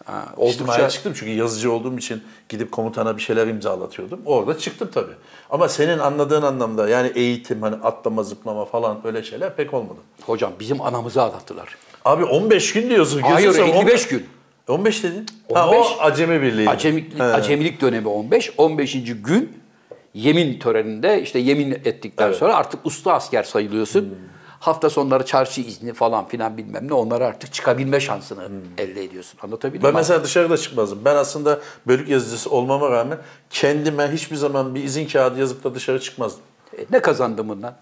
Ha,
İçtimaya
oldukça
çıktım çünkü yazıcı olduğum için gidip komutana bir şeyler imzalatıyordum. Orada çıktım tabii. Ama senin anladığın anlamda yani eğitim hani atlama zıplama falan öyle şeyler pek olmadı.
hocam bizim anamızı ağlattılar.
Abi 15 gün diyorsun.
Hayır
gözün seveyim.
55 gün.
15 dedin. Ha,
15.
o acemi birliği.
Acemilik,
He.
acemilik dönemi 15. 15. gün yemin töreninde işte yemin ettikten
Evet. Hmm.
sonra artık usta asker sayılıyorsun. Hafta sonları çarşı izni falan filan bilmem ne onlara artık çıkabilme şansını elde ediyorsun. Anlatabildim
Hmm. Ben
mi?
mesela dışarıda çıkmazdım. Ben aslında bölük yazıcısı olmama rağmen kendime hiçbir zaman bir izin kağıdı yazıp da dışarı çıkmazdım.
E, Ne kazandım bundan?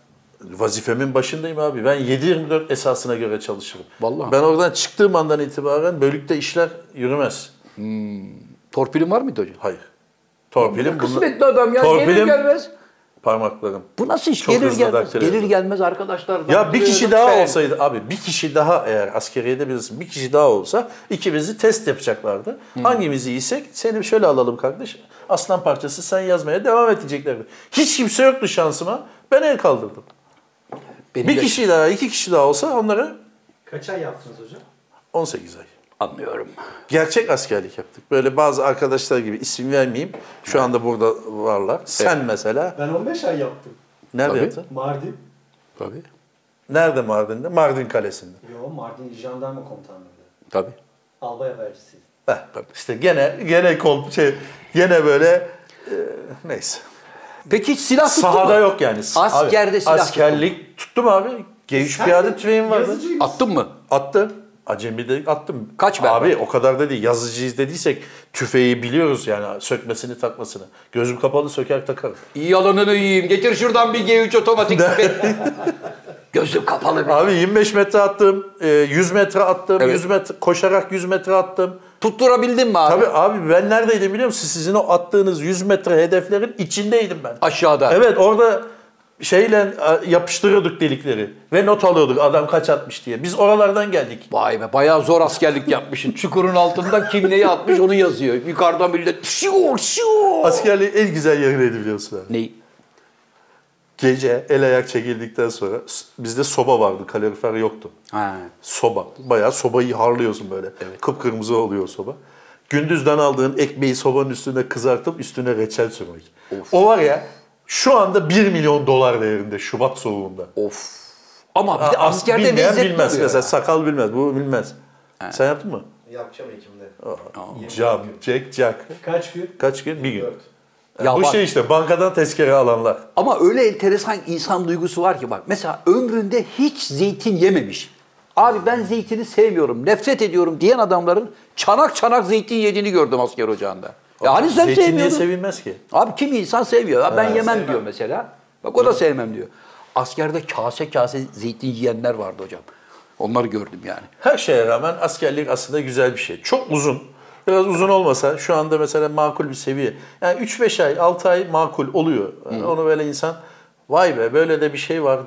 Vazifemin başındayım abi. Ben 7-24 esasına göre çalışırım.
Vallahi.
Ben oradan çıktığım andan itibaren bölükte işler yürümez.
Torpilim var mıydı hocam?
Hayır. Torpilim bunu
Kısmetli adam ya gelir
Torpilim-
gelmez.
parmaklarım.
Bu nasıl iş?
Çok
gelir
hızlı
gelmez.
daktilo
Gelir
ediyor.
gelmez arkadaşlar.
Ya bir
daktilo
kişi
ediyor.
daha
Sen-
olsaydı abi bir kişi daha eğer askeriyede bilirsin bir kişi daha olsa ikimizi test yapacaklardı. Hangimizi iyisek seni şöyle alalım kardeş. Aslan parçası sen yazmaya devam edeceklerdi. Hiç kimse yoktu şansıma. Ben el kaldırdım.
Benim
E, Bir
de-
kişi daha, iki kişi daha olsa onlara
Kaç ay yaptınız hocam?
18 ay.
Anlıyorum.
Gerçek askerlik yaptık. Böyle bazı arkadaşlar gibi isim vermeyeyim. Şu anda burada varlar. Sen mesela
Ben 15 ay yaptım.
nerede
Tabii.
yaptın?
Mardin.
Tabii.
Nerede Mardin'de? Mardin Kalesi'nde.
Yo Mardin Jandarma Komutanlığı'ydı.
Tabii.
Albay habercisiydi.
Heh, işte gene gene kol şey gene böyle e, neyse.
Peki hiç silah tuttu mu?
Sahada yok yani.
Askerde
Abi,
silah tuttu
Askerlik tuttum abi. Geviş piyade tüfeğim vardı.
Yazıcıyım.
Attın mı?
Attım. Acemi de attım.
Kaç berber?
Abi o kadar da değil. Yazıcıyız dediysek tüfeği biliyoruz yani sökmesini takmasını. Gözüm kapalı söker takarım.
Yalanını yiyeyim. Getir şuradan bir G3 otomatik tüfek. Gözüm kapalı. Bir.
Abi 25 metre attım. e, 100 metre attım.
Evet.
100 metre koşarak 100 metre attım.
Tutturabildin mi abi?
Tabii abi ben neredeydim biliyor musun? Sizin o attığınız 100 metre hedeflerin içindeydim ben.
Aşağıda.
Evet orada şeyle e, yapıştırıyorduk delikleri ve not alıyorduk adam kaç atmış diye. Biz oralardan geldik.
Vay be bayağı zor askerlik yapmışsın. Çukurun altından kim neyi atmış onu yazıyor. Yukarıdan millet şiu şiu.
Askerliğin en güzel yeriydi biliyorsun abi.
Ney?
Gece el ayak çekildikten sonra s- bizde soba vardı kalorifer yoktu.
Ha.
Soba. Bayağı sobayı harlıyorsun böyle. Kıpkırmızı oluyor soba. Gündüzden aldığın ekmeği sobanın üstüne kızartıp üstüne reçel sürmek. O var ya şu anda 1 milyon dolar değerinde Şubat soğuğunda.
Of. Ama bir de
Aa,
askerde
bilmeyen
lezzetli
bilmez
oluyor
mesela
ya.
sakal bilmez bu bilmez. Sen yaptın mı?
Yapacağım Ekim'de.
Cam, cek, cak.
Kaç gün?
Kaç gün? Bir gün.
Dört.
Ya
Bu
bak-
şey işte bankadan tezkere alanlar.
Ama öyle enteresan insan duygusu var ki bak. Mesela ömründe hiç zeytin yememiş. Abi ben zeytini sevmiyorum, nefret ediyorum diyen adamların çanak çanak zeytin yediğini gördüm asker ocağında. Ya hani sen
Zeytin niye
sevmiyordun?
sevilmez ki?
Abi kim insan seviyor. Ya ben yemem
sevmem.
diyor mesela. Bak o da sevmem diyor. Askerde kase kase zeytin yiyenler vardı hocam. Onları gördüm yani.
Her şeye rağmen askerlik aslında güzel bir şey. Çok uzun. Biraz uzun olmasa şu anda mesela makul bir seviye. Yani 3-5 ay, 6 ay makul oluyor. Yani onu böyle insan vay be böyle de bir şey var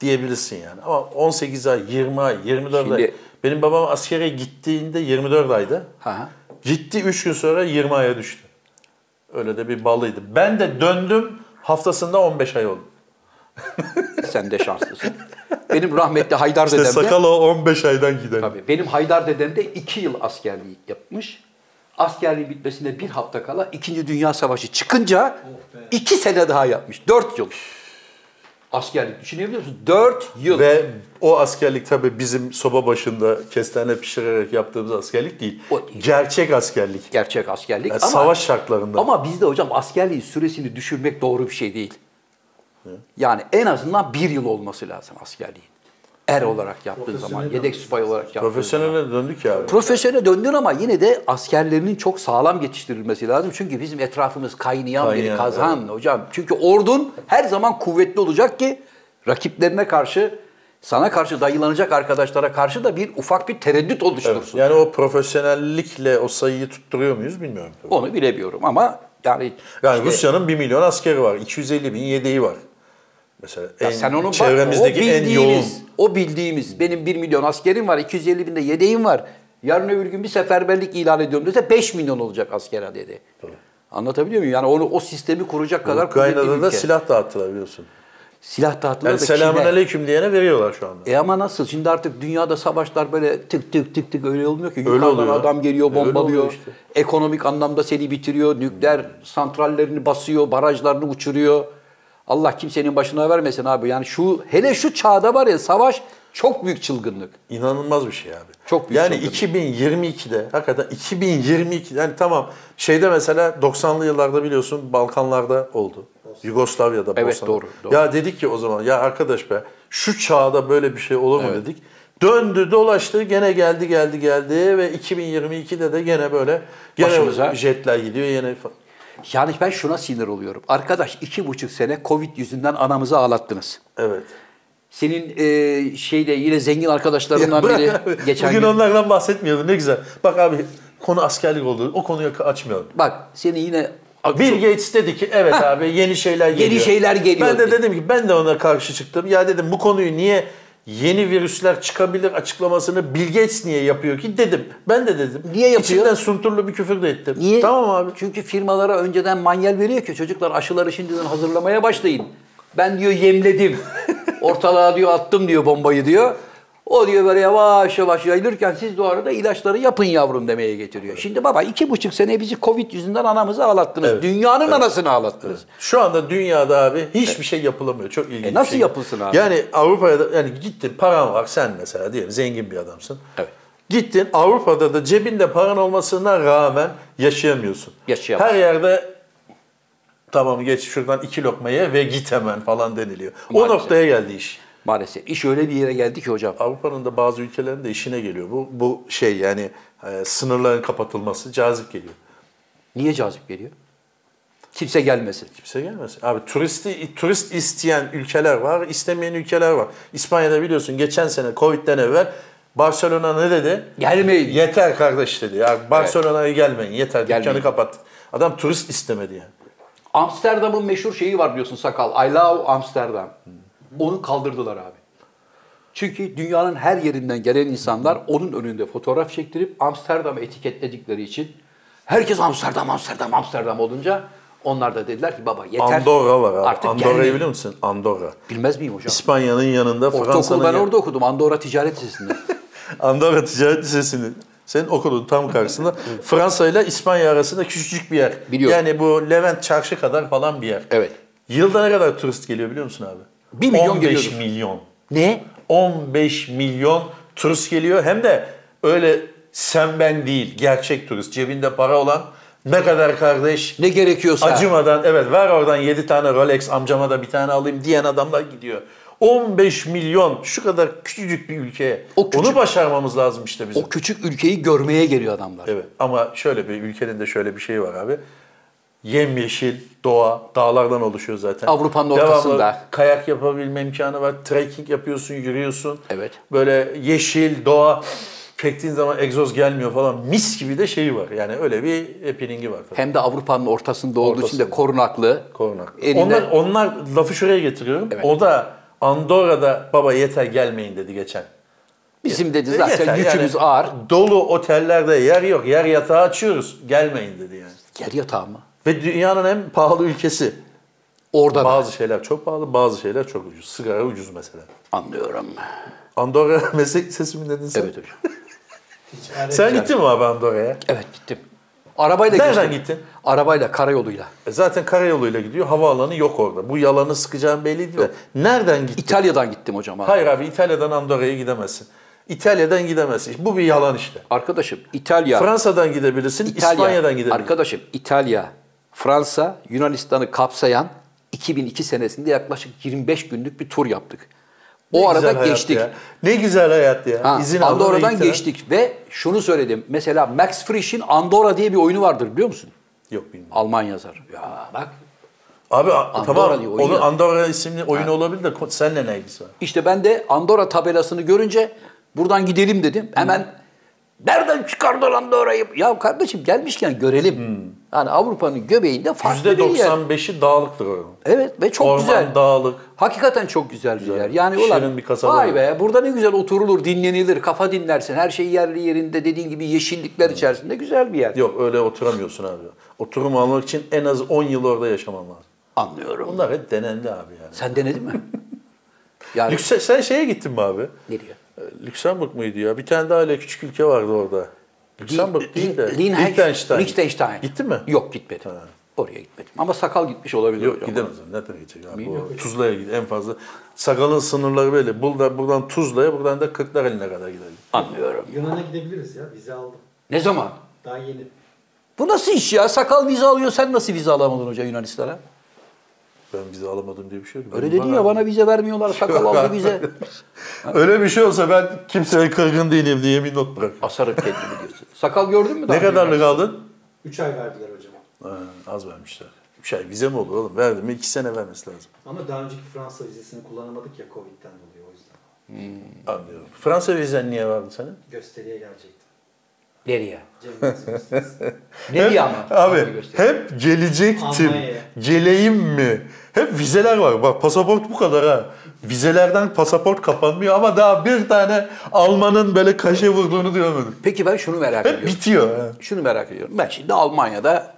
diyebilirsin yani. Ama 18 ay, 20 ay, 24 ay.
Şimdi-
Benim babam askere gittiğinde 24 aydı.
Ha.
Gitti 3 gün sonra 20 aya düştü. Öyle de bir balıydı. Ben de döndüm haftasında 15 ay oldu.
Sen de şanslısın. Benim rahmetli Haydar
İşte
dedem de-
sakal o 15 aydan giden.
Tabii. Benim Haydar dedem de iki yıl askerliği yapmış. Askerliğin bitmesine bir hafta kala İkinci Dünya Savaşı çıkınca
Oh
be.
iki sene daha yapmış. Dört yıl. Askerlik düşünebiliyor musun? Dört yıl.
Ve o askerlik tabii bizim soba başında kestane pişirerek yaptığımız askerlik değil.
O değil.
Gerçek askerlik.
Gerçek askerlik.
Yani
ama,
savaş şartlarında.
Ama bizde hocam askerliğin süresini düşürmek doğru bir şey değil. Yani en azından bir yıl olması lazım askerliğin. Er olarak yaptığın zaman,
Profesyonel
yedek subay olarak yaptığın zaman.
Profesyonele döndük ya. abi.
Profesyonel döndün ama yine de askerlerinin çok sağlam yetiştirilmesi lazım. Çünkü bizim etrafımız kaynayan, bir
Kaynayan,
kazan hocam. Çünkü ordun her zaman kuvvetli olacak ki rakiplerine karşı sana karşı dayılanacak arkadaşlara karşı da bir ufak bir tereddüt oluştursun.
Yani o profesyonellikle o sayıyı tutturuyor muyuz bilmiyorum. tabii.
Onu bilemiyorum ama yani
Yani
işte-
Rusya'nın 1 milyon askeri var. 250 bin yedeği var. Mesela en,
Ya sen onu bak,
çevremizdeki
o
en yoğun.
bildiğimiz, O bildiğimiz. Benim 1 milyon askerim var, 250 bin de yedeğim var. Yarın öbür gün bir seferberlik ilan ediyorum dese 5 milyon olacak asker adedi. Anlatabiliyor muyum? Yani onu o sistemi kuracak kadar kuvvetli bir
Ukrayna'da da
ülke.
silah dağıttılar biliyorsun.
silah dağıtılır
Yani
da
selamun
Çin'e-
aleyküm diyene veriyorlar şu anda.
E ama nasıl? Şimdi artık dünyada savaşlar böyle tık tık tık tık öyle olmuyor ki.
Öyle
Yukarıdan
oluyor.
adam geliyor
Öyle
bombalıyor.
oluyor işte.
Ekonomik anlamda seni bitiriyor. Nükleer santrallerini basıyor, barajlarını uçuruyor. Allah kimsenin başına vermesin abi. Yani şu hele şu çağda var ya savaş çok büyük çılgınlık.
İnanılmaz bir şey abi.
Çok büyük
Yani
çılgınlık.
2022'de hakikaten 2022'de yani tamam şeyde mesela 90'lı yıllarda biliyorsun Balkanlarda oldu. Yugoslavya'da
Evet,
Bosna'da.
doğru, doğru.
Ya dedik ki o zaman ya arkadaş be şu çağda böyle bir şey olur mu dedik. Döndü dolaştı gene geldi geldi geldi ve 2022'de de gene böyle gene
Başımıza-
jetler gidiyor yine fa-
Yani ben şuna sinir oluyorum. Arkadaş iki buçuk sene Covid yüzünden anamızı ağlattınız.
evet.
Senin e, şeyde yine zengin arkadaşlarından
Ya bırak
biri
abi.
geçen
Bugün
gün.
onlardan bahsetmiyordun ne güzel. Bak abi konu askerlik oldu. O konuyu açmayalım.
Bak seni yine
Bill Gates dedi ki evet abi yeni şeyler geliyor.
şeyler geliyor
Ben de
dedi.
dedim ki ben de ona karşı çıktım. Ya dedim bu konuyu niye yeni virüsler çıkabilir açıklamasını Bill Gates niye yapıyor ki dedim. Ben de dedim.
Niye yapıyor?
İçimden sunturlu bir küfür de ettim.
Niye?
Tamam abi.
Çünkü firmalara önceden manyel veriyor ki çocuklar aşıları şimdiden hazırlamaya başlayın. Ben diyor yemledim. Ortalığa diyor attım diyor bombayı diyor. O diyor böyle yavaş yavaş yayılırken siz de o arada ilaçları yapın yavrum demeye getiriyor. Şimdi baba iki buçuk sene bizi Covid yüzünden anamızı ağlattınız.
Evet.
Dünyanın anasını ağlattınız.
Şu anda dünyada abi hiçbir şey yapılamıyor. Çok ilginç.
E nasıl
bir şey.
yapılsın abi?
Yani Avrupa'ya da yani gittin paran var sen mesela diyelim zengin bir adamsın.
Evet.
Gittin Avrupa'da da cebinde paran olmasına rağmen yaşayamıyorsun.
Yaşayamazsın.
Her yerde tamam geç şuradan iki lokmaya ve git hemen falan deniliyor. O
Maalesef.
noktaya geldi iş.
Maalesef iş öyle bir yere geldi ki hocam.
Avrupa'nın da bazı ülkelerin de işine geliyor. Bu bu şey yani e, sınırların kapatılması cazip geliyor.
Niye cazip geliyor? Kimse gelmesin.
Kimse şey gelmez. Abi turisti turist isteyen ülkeler var, istemeyen ülkeler var. İspanya'da biliyorsun geçen sene Covid'den evvel Barcelona ne dedi?
Gelmeyin.
Yeter kardeş dedi. Ya Barcelona'ya gelmeyin. Yeter
Gelmeyin.
dükkanı kapat. Adam turist istemedi yani.
Amsterdam'ın meşhur şeyi var biliyorsun sakal. I love Amsterdam. Onu kaldırdılar abi. Çünkü dünyanın her yerinden gelen insanlar onun önünde fotoğraf çektirip Amsterdam'ı etiketledikleri için herkes Amsterdam, Amsterdam, Amsterdam olunca onlar da dediler ki baba yeter.
Andorra var abi.
Artık
Andorra'yı
gelmeyin.
biliyor musun? Andorra.
Bilmez miyim hocam?
İspanya'nın yanında
Ortaokul
Fransa'nın
ben
yan-
orada okudum. Andorra Ticaret Lisesi'nde.
Andorra Ticaret Lisesi'nin senin okulun tam karşısında Fransa ile İspanya arasında küçücük bir yer.
Biliyorum.
Yani bu Levent Çarşı kadar falan bir yer.
Evet.
Yılda ne kadar turist geliyor biliyor musun abi?
Bir milyon
15
geliyordur.
milyon.
ne?
15 milyon turist geliyor. Hem de öyle sen ben değil gerçek turist. Cebinde para olan ne kadar kardeş
Ne gerekiyorsa.
acımadan evet ver oradan 7 tane Rolex amcama da bir tane alayım diyen adamlar gidiyor. 15 milyon şu kadar küçücük bir ülkeye.
O küçük-
Onu başarmamız lazım işte bizim.
O küçük ülkeyi görmeye geliyor adamlar.
Evet ama şöyle bir ülkenin de şöyle bir şeyi var abi. Yemyeşil doğa, dağlardan oluşuyor zaten.
Avrupa'nın
Devamlı
ortasında.
kayak yapabilme imkanı var. Trekking yapıyorsun, yürüyorsun.
Evet.
Böyle yeşil, doğa. Çektiğin zaman egzoz gelmiyor falan. Mis gibi de şeyi var. Yani öyle bir happening'i var. Tabii.
Hem de Avrupa'nın ortasında olduğu için de
Ortasında.
korunaklı.
Korunak.
Elinde-
Onlar, onlar lafı şuraya getiriyorum.
Evet.
O da Andorra'da baba yeter gelmeyin dedi geçen. E,
Bizim dedi zaten
Yeter
yükümüz
yani.
ağır.
Dolu otellerde yer yok. Yer yatağı açıyoruz. Gelmeyin dedi yani.
Yer yatağı mı?
Ve dünyanın en pahalı ülkesi.
Orada da.
Bazı şeyler çok pahalı, bazı şeyler çok ucuz. Sigara ucuz mesela.
Anlıyorum.
Andorra meslek sesi mi dedin sen?
Evet hocam.
Ticaret-
Sen gittin mi abi Andorra'ya?
Evet gittim. Arabayla
Nereden
geçtim.
gittin?
Arabayla, karayoluyla.
E zaten karayoluyla gidiyor. Havaalanı yok orada. Bu yalanı sıkacağın belli değil. de. Nereden gittin?
İtalya'dan gittim hocam. abi.
Hayır abi İtalya'dan Andorra'ya gidemezsin. İtalya'dan gidemezsin. Bu bir yalan işte.
Arkadaşım İtalya,
Fransa'dan gidebilirsin,
İtalya,
İspanya'dan gidebilirsin.
Arkadaşım İtalya, Fransa, Yunanistan'ı kapsayan 2002 senesinde yaklaşık 25 günlük bir tur yaptık. O
Ne güzel
arada
hayat
geçtik.
ya. Ne güzel hayat ya.
Ha,
İzin aldın ve
Andorra'dan
gittin ha.
geçtik ve şunu söyledim. Mesela Max Frisch'in Andorra diye bir oyunu vardır biliyor musun?
Yok bilmiyorum.
Alman yazar. Ya bak
Abi a-
Andorra
tamam
diye oyun
onun
yaptı.
Andorra isimli oyunu olabilir de ko- seninle ne ilgisi var?
İşte ben de Andorra tabelasını görünce buradan gidelim dedim. Hemen nereden çıkardın Andorra'yı? Ya kardeşim gelmişken görelim.
Hmm.
Yani Avrupa'nın göbeğinde farklı bir yer.
%95'i dağlıktır oranın.
Evet ve çok
Orman
güzel.
dağlık.
Hakikaten çok güzel bir yer. Yani
Şirin
ulan
bir kasaba
vay
var.
be burada ne güzel oturulur, dinlenilir, kafa dinlersin. Her şey yerli yerinde dediğin gibi yeşillikler içerisinde güzel bir yer.
Yok öyle oturamıyorsun abi. Oturum almak için en az 10 yıl orada yaşaman lazım.
Anlıyorum.
Bunlar hep denendi abi yani.
Sen denedin mi? yani
Lükse- sen şeye gittin mi abi?
ne diyor?
Ee, Lüksemburg muydu ya? Bir tane daha öyle küçük ülke vardı orada. Lüksemburg değil de.
Lin-
Liechtenstein.
Liechtenstein.
Gittin mi?
Yok gitmedim. Oraya gitmedim. Ama sakal gitmiş olabilir
Yok
hocam.
gidemez. Nereden gidecek abi? O Tuzla'ya git en fazla. Sakalın sınırları böyle. Buradan, buradan Tuzla'ya buradan da Kırklareli'ne kadar gidelim.
Anlıyorum.
Yunan'a gidebiliriz ya. Vize aldım.
Ne zaman?
Daha yeni.
Bu nasıl iş ya? Sakal vize alıyor. Sen nasıl vize alamadın hoca Yunanistan'a?
Ben vize alamadım diye bir şey yok.
Öyle
Benim
dedin ya bana vize vermiyorlar. Sakal aldı vize.
Öyle bir şey olsa ben kimseye kırgın değilim diye bir not bırak.
Asarım kendimi diyorsun. Sakal gördün mü? daha
Ne
önce?
kadarlık aldın?
3 ay verdiler hocam.
Ha, az vermişler. Üç ay vize mi olur oğlum? Verdim mi? İki sene vermesi lazım.
Ama daha önceki Fransa vizesini kullanamadık ya Covid'den dolayı o yüzden.
Anlıyorum. Fransa vizen niye vardı senin?
Gösteriye gelecektim.
Nereye?
Cem Yılmaz'ın gösterisi.
Nereye
Hep-
ama? Sakal
Abi
göster.
hep gelecektim.
Almanya'ya.
Geleyim mi? Hep vizeler var. Bak pasaport bu kadar ha. Vizelerden pasaport kapanmıyor ama daha bir tane Alman'ın böyle kaşe vurduğunu duyamadım.
Peki ben şunu merak
Hep
ediyorum.
bitiyor. ha.
Şunu merak ediyorum. Ben şimdi Almanya'da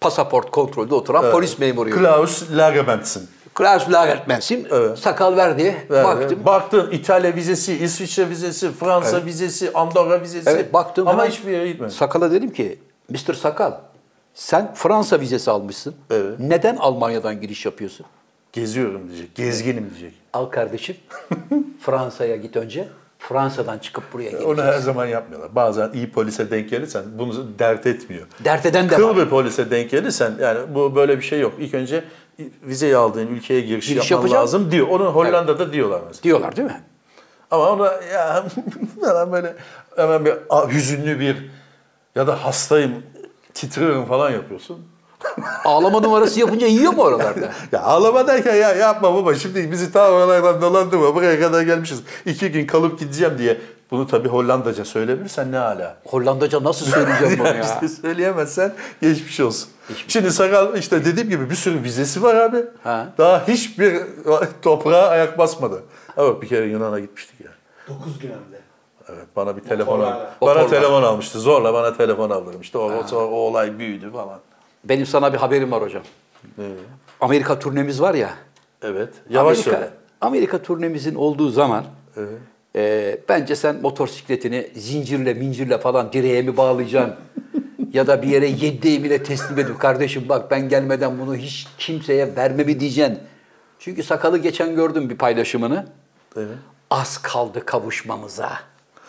pasaport kontrolde oturan polis memuruyum.
Klaus Lagerbent'sin.
Klaus Lagertman'sin.
Evet.
Sakal verdi.
Verdi.
Baktım.
Baktın İtalya vizesi, İsviçre vizesi, Fransa vizesi, Andorra vizesi.
Evet baktım
Ama
hemen
hiçbir yere gitmedi.
Sakala dedim ki Mr. Sakal sen Fransa vizesi almışsın.
Evet.
Neden Almanya'dan giriş yapıyorsun?
Geziyorum diyecek. Gezginim diyecek.
Al kardeşim Fransa'ya git önce. Fransa'dan çıkıp buraya gel.
Onu her zaman yapmıyorlar. Bazen iyi polise denk gelirsen bunu dert etmiyor.
Dert eden de
Kıl
var.
bir polise denk gelirsen yani bu böyle bir şey yok. İlk önce vizeyi aldığın ülkeye giriş,
Giriş
yapman
yapacağım.
lazım diyor. Onu Hollanda'da diyorlar mesela.
Diyorlar değil mi?
Ama ona ya hemen böyle hemen bir a- hüzünlü bir ya da hastayım, titriyorum falan yapıyorsun.
Ağlama numarası yapınca yiyor mu oralarda?
Ya ağlama derken ya yapma baba şimdi bizi ta oralardan dolandırma buraya kadar gelmişiz. İki gün kalıp gideceğim diye bunu tabii Hollandaca söyleyebilirsen ne hala.
Hollandaca nasıl söyleyeceğim bunu ya?
İşte söyleyemezsen geçmiş olsun. Şimdi sakal işte dediğim gibi bir sürü vizesi var abi.
Ha.
Daha hiçbir toprağa ayak basmadı. Ama bir kere Yunan'a gitmiştik ya.
9 gün hem de.
Evet bana bir telefon al.
Motorla.
Bana
Motorla.
telefon almıştı. Zorla bana telefon aldırmıştı. O, sonra o olay büyüdü falan.
Benim sana bir haberim var hocam. Amerika turnemiz var ya.
Evet. Yavaş
Amerika,
söyle.
Amerika turnemizin olduğu zaman
Evet.
e, bence sen motosikletini zincirle mincirle falan direğe mi bağlayacaksın? ya da bir yere yedi bile teslim edip kardeşim bak ben gelmeden bunu hiç kimseye verme mi diyeceksin. Çünkü sakalı geçen gördüm bir paylaşımını.
Evet.
Az kaldı kavuşmamıza.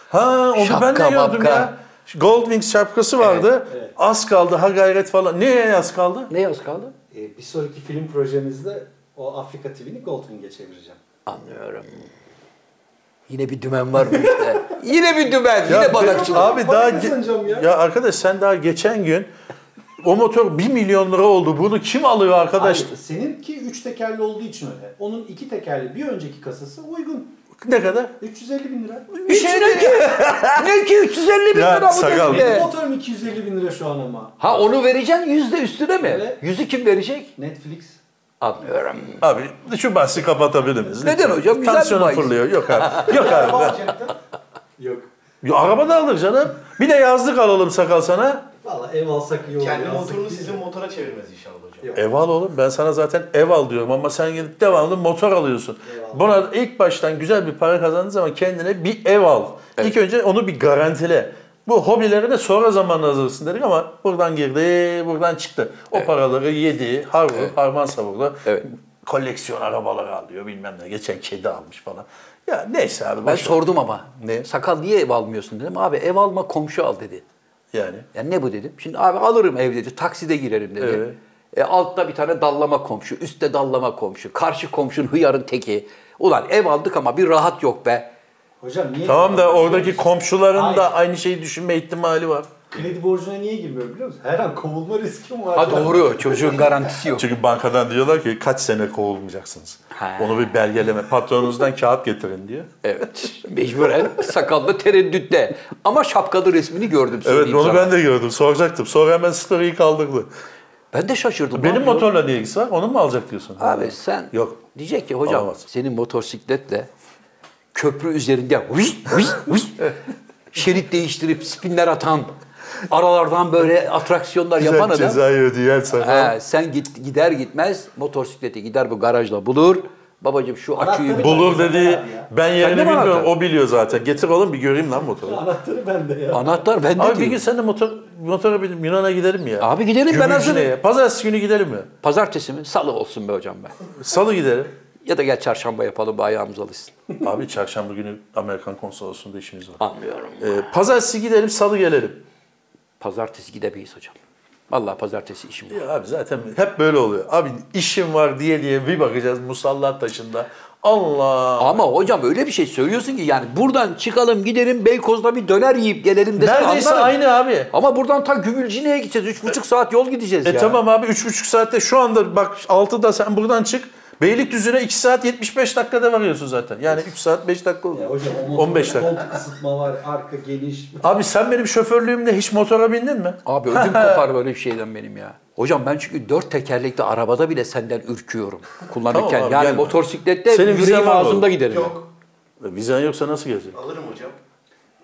Ha onu ben de
Şapka,
gördüm
mapka.
ya. Şu Goldwing şapkası vardı.
evet.
Az kaldı ha gayret falan. Neye az kaldı?
Ne yaz kaldı?
Ee, bir sonraki film projemizde o Afrika TV'ni Goldwing'e çevireceğim.
Anlıyorum. Yine bir dümen var mı işte? Yine bir dümen, yine
be-
balıkçılık.
Abi
Para
daha
kazanacağım
ya.
ya.
arkadaş sen daha geçen gün o motor 1 milyon lira oldu. Bunu kim alıyor arkadaş?
Hayır, seninki 3 tekerli olduğu için öyle. Onun 2 tekerli bir önceki kasası uygun.
Ne kadar?
350 bin lira.
Bir şey ne ki? ne ki 350 bin
Ya
lira bu
sakal.
tekne?
Motorum 250 bin lira şu an ama.
Ha onu vereceksin yüzde üstüne mi?
Evet.
Yüzü kim verecek?
Netflix.
Anlıyorum.
Abi şu bahsi kapatabilir miyiz?
Neden
Lütfen.
hocam? Güzel bir
Tansiyonum
bahis.
fırlıyor. Yok abi. Yok abi.
Alacaktım. Yok.
Ya araba da alır canım. Bir de yazlık alalım sakal sana.
Valla ev alsak iyi olur.
Kendi
alsak
motorunu
iyi
sizin
olur.
motora çevirmez inşallah hocam.
Yok.
Ev al oğlum. Ben sana zaten ev al diyorum ama sen gidip devamlı motor alıyorsun.
Eyvallah.
Buna ilk baştan güzel bir para kazandığın zaman kendine bir ev al. İlk önce onu bir garantile. Bu hobileri de sonra zaman hazırsın dedik ama buradan girdi, buradan çıktı. O paraları yedi, harvur, harman savurdu.
Evet.
Koleksiyon arabaları alıyor bilmem ne. Geçen kedi almış falan. Ya neyse abi.
Ben
boş ver.
sordum ama.
Ne?
Sakal niye ev almıyorsun dedim. Abi ev alma komşu al dedi.
Yani.
Yani ne bu dedim. Şimdi abi alırım ev dedi. Takside girerim dedi.
Evet.
E, altta bir tane dallama komşu, üstte dallama komşu, karşı komşun hıyarın teki. Ulan ev aldık ama bir rahat yok be.
Hocam niye?
Tamam da oradaki komşuların
Hayır.
da aynı şeyi düşünme ihtimali var.
Kredi borcuna niye girmiyorum biliyor musun? Her an kovulma riskim var.
Ha doğru çocuğun garantisi yok.
Çünkü bankadan diyorlar ki kaç sene kovulmayacaksınız.
Ha.
Onu bir belgeleme. Patronunuzdan kağıt getirin diye.
Evet. Mecburen sakallı tereddütte. Ama şapkalı resmini gördüm.
Evet
söyleyeyim
onu
Şey sana.
ben de gördüm. Soracaktım. Sonra hemen story'i kaldırdı.
Ben de şaşırdım.
Benim
Lan diyorum,
motorla ne ilgisi var? Onu mu alacak diyorsun?
Abi sen
Yok.
diyecek ki hocam
Olamaz.
senin motosikletle köprü üzerinde huy, huy, huy, şerit değiştirip spinler atan aralardan böyle atraksiyonlar
Sen
yapan adam.
Cezayı ödeyen sakal.
He, sen git gider gitmez motosikleti gider bu garajla bulur. Babacım şu
tabii
aküyü bul.
Bulur dedi. Ben
Sen
yerini
de mi
bilmiyorum.
anlattın?
O biliyor zaten. Getir oğlum bir göreyim lan motoru.
Anahtarı bende ya.
Anahtar bende
Abi bir
değil.
gün sen de motor, motora binip Yunan'a gidelim mi ya.
Abi gidelim, ben
Gümrücüne
hazırım.
ya. Pazartesi günü gidelim mi?
Pazartesi mi? Salı olsun be hocam ben.
Salı gidelim.
Ya da gel çarşamba yapalım bu ayağımız alışsın.
Abi çarşamba günü Amerikan konsolosluğunda işimiz var.
Anlıyorum.
Ee, pazartesi gidelim, salı gelelim.
Pazartesi gidemeyiz hocam. Vallahi pazartesi işim var.
Ya abi zaten hep böyle oluyor. Abi işim var diye diye bir bakacağız musalla taşında. Allah!
Ama hocam öyle bir şey söylüyorsun ki yani buradan çıkalım gidelim Beykoz'da bir döner yiyip gelelim desen
Neredeyse
anlarım.
aynı abi.
Ama buradan ta Gümülcine'ye gideceğiz. Üç buçuk saat yol gideceğiz
E
ya.
tamam abi 3,5 saatte şu anda bak 6'da sen buradan çık. Beylikdüzü'ne 2 saat 75 dakikada varıyorsun zaten. Yani 3 saat 5 dakika
Ya
oluyor.
hocam o motorda
15 dakika.
koltuk ısıtma var, arka geniş.
Abi sen benim şoförlüğümde hiç motora bindin mi?
Abi ödüm kopar böyle bir şeyden benim ya. Hocam ben çünkü dört tekerlekli arabada bile senden ürküyorum kullanırken.
Tamam abi,
yani
gelme.
motosiklette
Senin vizen
yüreğim
var mı
ağzımda
oğlum?
giderim.
Yok.
E, Vizen yoksa nasıl geleceksin?
Alırım hocam.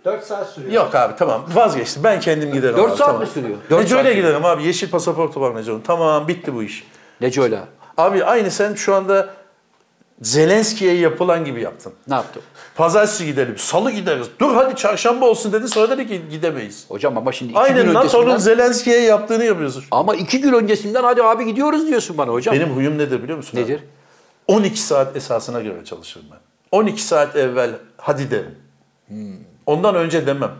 4 saat sürüyor.
Yok abi tamam vazgeçtim. Ben kendim giderim
Dört
abi,
saat
tamam.
mi sürüyor? Dört saat
Neco'yla
sürüyor.
giderim abi. Yeşil pasaportu var Neco'nun. Tamam bitti bu iş.
Neco'yla
Abi aynı sen şu anda Zelenski'ye yapılan gibi yaptın.
ne yaptım?
Pazartesi gidelim, salı gideriz. Dur hadi çarşamba olsun dedi. Sonra dedi ki gidemeyiz.
Hocam ama şimdi iki
Aynen
gün
NATO'nun
öncesinden...
Zelenski'ye yaptığını yapıyorsun.
Ama iki gün öncesinden hadi abi gidiyoruz diyorsun bana hocam.
Benim huyum nedir biliyor musun? abi?
Nedir?
12 saat esasına göre çalışırım ben. 12 saat evvel hadi derim. Ondan önce demem.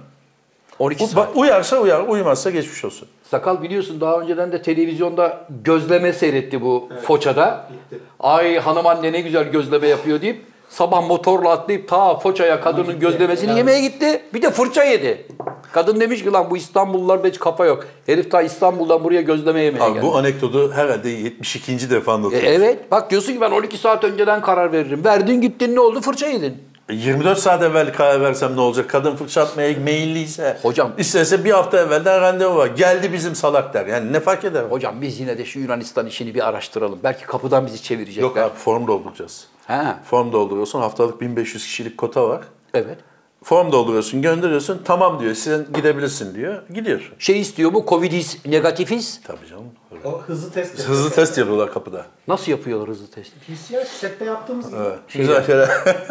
12
Bu-
Hmm. saat.
bak, uyarsa uyar, uyumazsa geçmiş olsun.
Sakal biliyorsun daha önceden de televizyonda gözleme seyretti bu Foça'da.
Gitti.
Ay hanım anne ne güzel gözleme yapıyor deyip sabah motorla atlayıp ta Foça'ya kadının gözlemesini yemeye gitti. Bir de fırça yedi. Kadın demiş ki lan bu İstanbullularda hiç kafa yok. Herif ta İstanbul'dan buraya gözleme yemeye
Abi
geldi.
bu anekdotu herhalde 72. defa
E,
anlatıyorum.
evet. Bak diyorsun ki ben 12 saat önceden karar veririm. Verdin gittin ne oldu? Fırça yedin.
24 saat evvel karar versem ne olacak? Kadın fırça atmaya meyilliyse,
Hocam-
istese bir hafta evvelden randevu var. Geldi bizim salak der. Yani ne fark eder?
Hocam biz yine de şu Yunanistan işini bir araştıralım. Belki kapıdan bizi çevirecekler.
Yok abi form dolduracağız.
Ha.
Form dolduruyorsun. Haftalık 1500 kişilik kota var.
Evet.
Form dolduruyorsun, gönderiyorsun. Tamam diyor. Sen gidebilirsin diyor. Gidiyorsun.
Şey istiyor mu? Covid'iz, negatifiz.
Tabii canım.
O hızlı test. yapıyor.
Hızlı test yapıyorlar kapıda.
Nasıl yapıyorlar hızlı testi?
PCR sette yaptığımız gibi.
Evet. Güzel şeyler.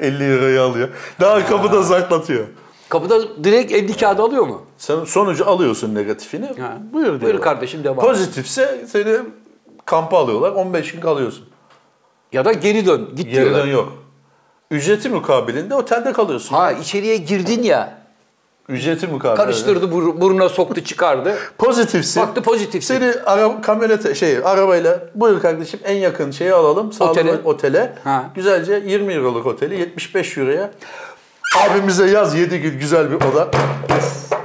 50 lirayı alıyor. Daha kapıda zaklatıyor.
Kapıda direkt 50 kağıdı alıyor mu?
Sen sonucu alıyorsun negatifini.
Ha.
Buyur diyorlar.
Buyur kardeşim, devam.
Pozitifse seni kampa alıyorlar. 15 gün kalıyorsun.
Ya da geri dön, git
Geri
diyorlar.
dön yok. Ücreti mukabilinde otelde kalıyorsun.
Ha içeriye girdin ya.
Ücreti mukabilinde.
Karıştırdı bur- burnuna soktu çıkardı.
Pozitifsin.
Baktı pozitifsin.
Seni ara, kamyonete, şey, arabayla buyur kardeşim en yakın şeyi alalım. Sağlam
Otele.
otele. otele.
Ha.
Güzelce 20 euroluk oteli 75 euroya. Abimize yaz 7 gün güzel bir oda.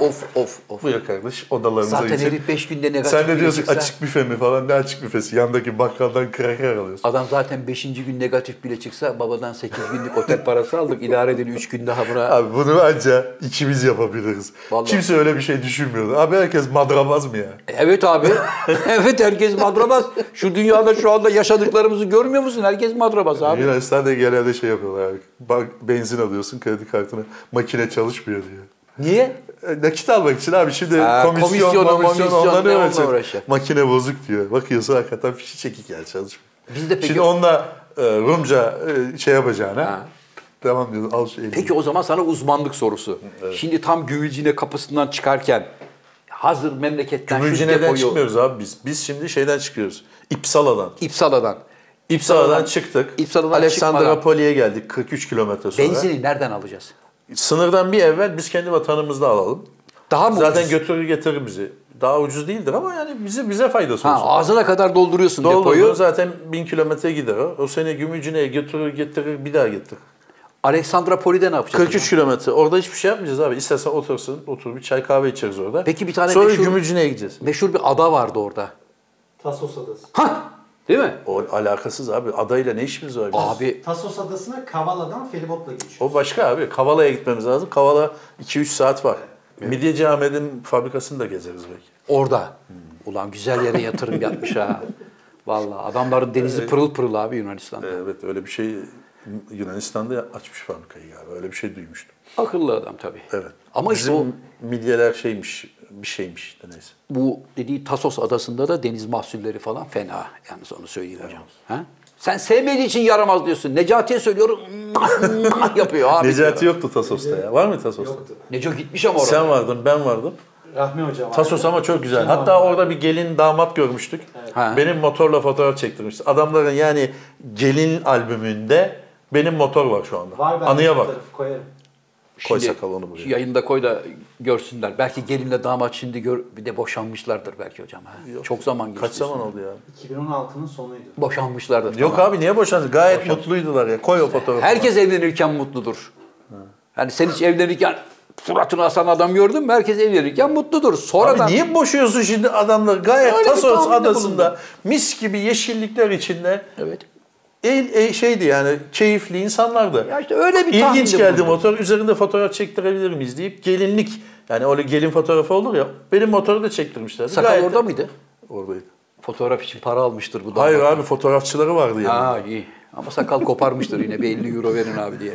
Of of of.
Buyur kardeş odalarımıza
Zaten
geçelim.
herif 5 günde negatif
Sen ne diyorsun
bile çıksa-
açık büfe mi falan ne açık büfesi yandaki bakkaldan kraker alıyorsun.
Adam zaten 5. gün negatif bile çıksa babadan 8 günlük otel parası aldık. İdare edin 3 gün daha buna.
Abi bunu anca ikimiz yapabiliriz.
Vallahi.
Kimse öyle bir şey düşünmüyordu. Abi herkes madramaz mı ya?
Evet abi. evet herkes madrabaz. Şu dünyada şu anda yaşadıklarımızı görmüyor musun? Herkes madrabaz abi.
Yunanistan'da genelde şey yapıyorlar abi. Bak benzin alıyorsun kredi kartına makine çalışmıyor diyor.
Niye?
E, Nakit almak için abi şimdi
Ha,
komisyon,
komisyonu,
komisyon,
komisyonu,
ondan
ne
ne
onunla
uğraşacak?
uğraşacak?
Makine bozuk diyor. Bakıyorsun hakikaten fişi çekik yani çalışmıyor.
Biz de peki-
Şimdi onunla e, Rumca e, şey yapacağına
Ha.
tamam diyorsun al şu elini.
Peki o zaman sana uzmanlık sorusu. Şimdi tam güvülcine kapısından çıkarken hazır memleketten şu
Gümülcine'den
depoyu
çıkmıyoruz abi biz. Biz şimdi şeyden çıkıyoruz. İpsala'dan.
İpsala'dan.
İpsala'dan çıktık.
İpsala'dan
Aleksandropoli'ye geldik 43 kilometre sonra.
Benzini nereden alacağız?
Sınırdan bir evvel biz kendi vatanımızda alalım.
Daha mı
Zaten
ucuz?
götürür getirir bizi. Daha ucuz değildir ama yani bize bize faydası
Ha,
olsun.
ağzına kadar dolduruyorsun
Doğru
depoyu.
zaten bin kilometre gider o. O sene Gümülcine'ye götürür getirir bir daha getirir.
Aleksandra Poli'de ne yapacak?
43 kilometre. Orada hiçbir şey yapmayacağız abi. İstersen otursun, otur bir çay kahve içeriz orada.
Peki bir tane
Sonra
meşhur-
Gümüşhane'ye gideceğiz.
Meşhur bir ada vardı orada.
Tasos Adası.
Hah! Değil mi?
O alakasız abi. Adayla ne işimiz var? bizim?
Abi
Tasos Adası'na Kavala'dan feribotla geçiyor.
O başka abi. Kavala'ya gitmemiz lazım. Kavala 2-3 saat var. Midyeci Ahmet'in fabrikasını da gezeriz belki.
orada.
Hmm.
Ulan güzel yere yatırım yapmış ha. Vallahi adamların denizi pırıl pırıl abi Yunanistan'da.
Evet öyle bir şey Yunanistan'da açmış fabrikayı galiba. Öyle bir şey duymuştum.
Akıllı adam tabii.
Evet.
Ama işte
Bizim
o
midyeler şeymiş, bir şeymiş işte neyse.
bu dediği Tasos adasında da deniz mahsulleri falan fena. Yalnız onu söyleyeyim hocam. Ha? Sen sevmediğin için yaramaz diyorsun. Necati'ye söylüyorum yapıyor abi.
Necati yoktu Tasos'ta ya. Var mı Tasos'ta?
Yoktu.
Neco gitmiş ama oraya.
Sen vardın, ben vardım.
Rahmi Hoca var.
Tasos ama çok güzel. Hatta orada bir gelin damat görmüştük.
Ha.
Benim motorla fotoğraf çektirmişti. Adamların yani gelin albümünde benim motor var şu anda.
Var ben
Anıya
bu
bak.
tarafı koyarım.
Koy sakal onu buraya.
şu Yayında koy da görsünler. Belki gelinle damat şimdi gör, bir de boşanmışlardır belki hocam. Ha? Çok zaman geçti.
Kaç zaman oldu ya?
2016'nın sonuydu.
Boşanmışlardır.
Yok abi niye boşandın? Gayet mutluydular ya. Koy o fotoğrafı.
Herkes evlenirken mutludur. Yani sen hiç evlenirken suratını asan adam gördün mü? Herkes evlenirken mutludur.
Abi
Sonradan
niye boşuyorsun şimdi adamlar? Gayet
Öyle bir
Tasos
tahminde
adasında
bulundum.
mis gibi yeşillikler içinde.
Evet.
El, el- şeydi yani keyifli insanlardı.
Ya işte öyle bir
İlginç
tahminde
geldi
bulundum.
motor. Üzerinde fotoğraf çektirebilir miyiz deyip gelinlik yani öyle gelin fotoğrafı olur ya. Benim motoru da çektirmişler.
sakal orada mıydı?
Oradaydı.
Fotoğraf için para almıştır bu damat.
Hayır abi fotoğrafçıları vardı yani.
Ha iyi. Ama sakal koparmıştır yine bir 50 euro verin abi diye.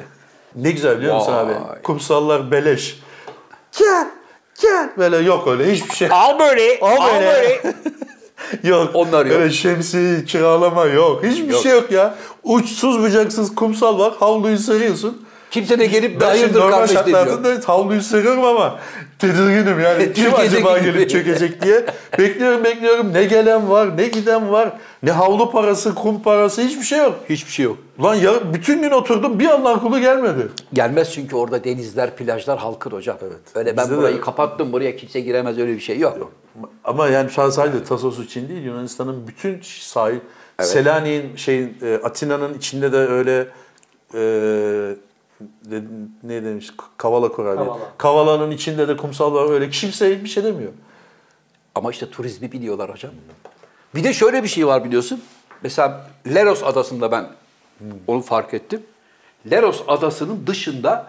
Ne güzel biliyor musun
Vay.
abi? Kumsallar beleş. Gel, gel. Böyle yok öyle hiçbir şey.
Al böyle,
al böyle. Yok.
Onlar yok.
Öyle şemsiye kiralama yok. Hiçbir
Yok.
şey yok ya. Uçsuz bucaksız kumsal var. Havluyu seriyorsun.
Kimse de gelip
Ben şimdi
hayırdır
normal
kardeş demiyor.
şartlarda havluyu seriyorum ama tedirginim yani. Kim
Türkiye'deki
acaba
gibi.
gelip çökecek diye. Bekliyorum bekliyorum. Ne gelen var ne giden var. Ne havlu parası kum parası hiçbir şey yok.
Hiçbir şey yok.
Ulan ya bütün gün oturdum bir yandan kulu gelmedi.
Gelmez çünkü orada denizler, plajlar halkın hocam. Evet. Öyle ben
Bizde de-
burayı kapattım, buraya kimse giremez öyle bir şey yok.
Ama yani şu an sadece Tasos için değil Yunanistan'ın bütün sahil Selanik'in şeyin e, Atina'nın içinde de öyle e, de- ne demiş Kavala Koray diye.
Kavala.
Kavala'nın içinde de kumsal var öyle kimse bir şey demiyor.
Ama işte turizmi biliyorlar hocam. Bir de şöyle bir şey var biliyorsun. Mesela Leros adasında ben onu fark ettim. Leros adasının dışında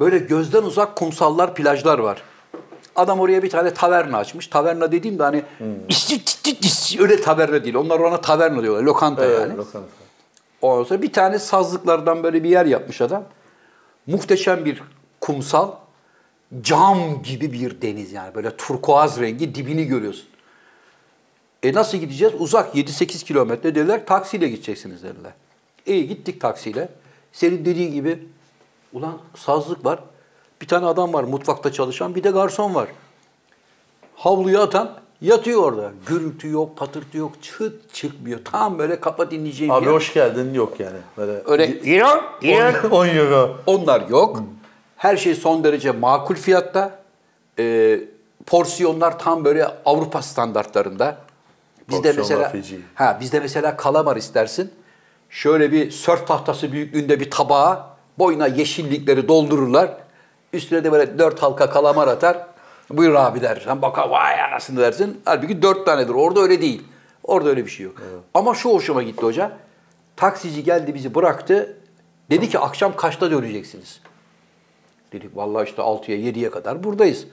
böyle gözden uzak kumsallar, plajlar var. Adam oraya bir tane taverna açmış. Taverna dediğim de hani "İşçi, çi, çi, çi," öyle taverna değil. Onlar ona taverna diyorlar. Lokanta yani. Ondan sonra bir tane sazlıklardan böyle bir yer yapmış adam. Muhteşem bir kumsal, cam gibi bir deniz yani böyle turkuaz rengi dibini görüyorsun. E nasıl gideceğiz? Uzak 7-8 kilometre dediler taksiyle gideceksiniz dediler. İyi gittik taksiyle. Senin dediğin gibi ulan sazlık var. Bir tane adam var mutfakta çalışan bir de garson var. Havluyu atan yatıyor orada. Gürültü yok, patırtı yok, çıt çıkmıyor. Tam böyle kafa dinleyeceğin
Abi
yer.
hoş geldin yok yani. Böyle
Öyle İran,
10, 10 euro.
Onlar yok. Her şey son derece makul fiyatta. Ee, porsiyonlar tam böyle Avrupa standartlarında. Bizde
Porsiyonlar
mesela
feci.
ha bizde mesela kalamar istersin. Şöyle bir sörf tahtası büyüklüğünde bir tabağa boyuna yeşillikleri doldururlar. Üstüne de böyle dört halka kalamar atar. Buyur abi der. Sen baka vay anasını dersin. Halbuki dört tanedir. Orada öyle değil. Orada öyle bir şey yok. Ama şu hoşuma gitti hoca. Taksici geldi bizi bıraktı. Dedi ki akşam kaçta döneceksiniz? Dedik vallahi işte 6'ya 7'ye kadar buradayız.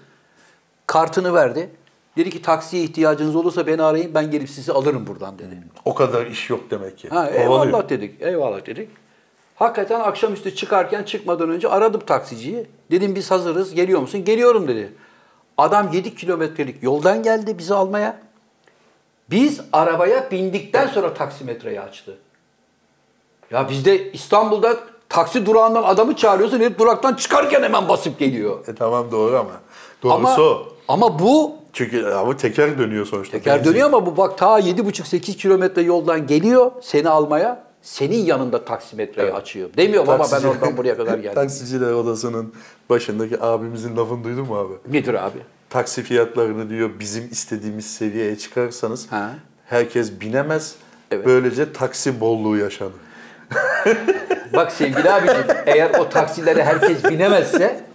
Kartını verdi. Dedi ki taksiye ihtiyacınız olursa beni arayın ben gelip sizi alırım buradan dedi.
O kadar iş yok demek ki.
Ha, e,
Kovalıyor.
eyvallah dedik. Eyvallah dedik. Hakikaten akşamüstü çıkarken çıkmadan önce aradım taksiciyi. Dedim biz hazırız geliyor musun? Geliyorum dedi. Adam 7 kilometrelik yoldan geldi bizi almaya. Biz arabaya bindikten sonra taksimetreyi açtı. Ya bizde İstanbul'da taksi durağından adamı çağırıyorsun herif duraktan çıkarken hemen basıp geliyor.
E tamam doğru ama. Doğrusu
ama,
o.
ama bu
Çünkü ama teker dönüyor sonuçta.
Teker
Benzin.
dönüyor ama bu bak ta 7,5-8 kilometre yoldan geliyor seni almaya. Senin yanında taksimetreyi açıyor. Demiyor baba ben
Taksici-
oradan buraya kadar geldim.
Taksiciler odasının başındaki abimizin lafını duydun mu abi?
Nedir abi?
Taksi fiyatlarını diyor bizim istediğimiz seviyeye çıkarsanız
Ha.
herkes binemez.
Evet.
Böylece taksi bolluğu yaşanır.
Bak sevgili abicim eğer o taksilere herkes binemezse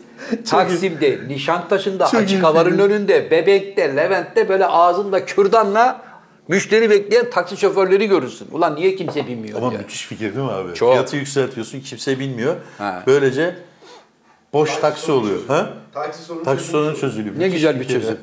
Taksim'de, Nişantaşı'nda,
Çok iyi
açık havanın önünde, Bebek'te, Levent'te böyle ağzında kürdanla müşteri bekleyen taksi şoförleri görürsün. Ulan niye kimse binmiyor
Ama
diye.
müthiş fikir değil mi abi?
Çok.
Fiyatı yükseltiyorsun kimse bilmiyor.
Ha.
Böylece boş taksi oluyor. Ha?
Taksi sorunu
Taksi
çözülmüş
sorunu
oldu.
çözülüyor.
Ne
Müthiş
güzel bir
fikir.
çözüm.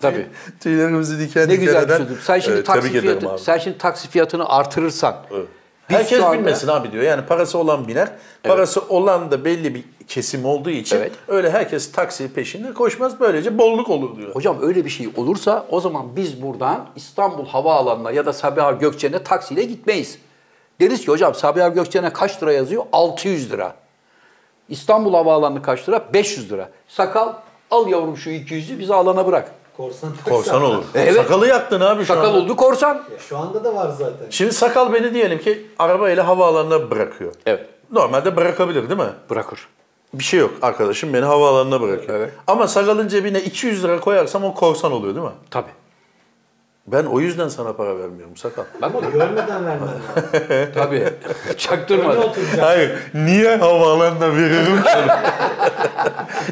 Tabii.
Tüylerimizi diken
Ne
diken
güzel bir
eden,
çözüm. Sen şimdi
e, tebrik
taksi
ederim
fiyatı,
abi.
sen şimdi taksi fiyatını artırırsan. Biz şu
Herkes
anda-
bilmesin abi diyor. Yani parası olan biner. Parası olan da belli bir kesim olduğu için
Evet.
öyle herkes taksi peşinde koşmaz. Böylece bolluk olur diyor.
Hocam öyle bir şey olursa o zaman biz buradan İstanbul Havaalanı'na ya da Sabiha Gökçen'e taksiyle gitmeyiz. Deriz ki hocam Sabiha Gökçen'e kaç lira yazıyor? 600 lira. İstanbul Havaalanı kaç lira? 500 lira. Sakal al yavrum şu 200'ü bizi alana bırak.
Korsan taksi
Korsan
abi.
olur.
Evet.
Sakalı yaktın abi şu
Sakal
anda.
oldu korsan.
Şu anda da var zaten.
Şimdi sakal beni diyelim ki arabayla havaalanına bırakıyor.
Evet.
Normalde bırakabilir değil mi?
Bırakır.
Bir şey yok arkadaşım beni havaalanına bırakıyor.
Evet.
Ama sakalın cebine 200 lira koyarsam o korsan oluyor değil mi?
Tabii.
Ben o yüzden sana para vermiyorum sakal.
Bak
Ama görmeden vermen lazım.
tabii.
Öyle
Çaktırmadan.
oturacak.
Hayır, niye havaalanına veririm ki?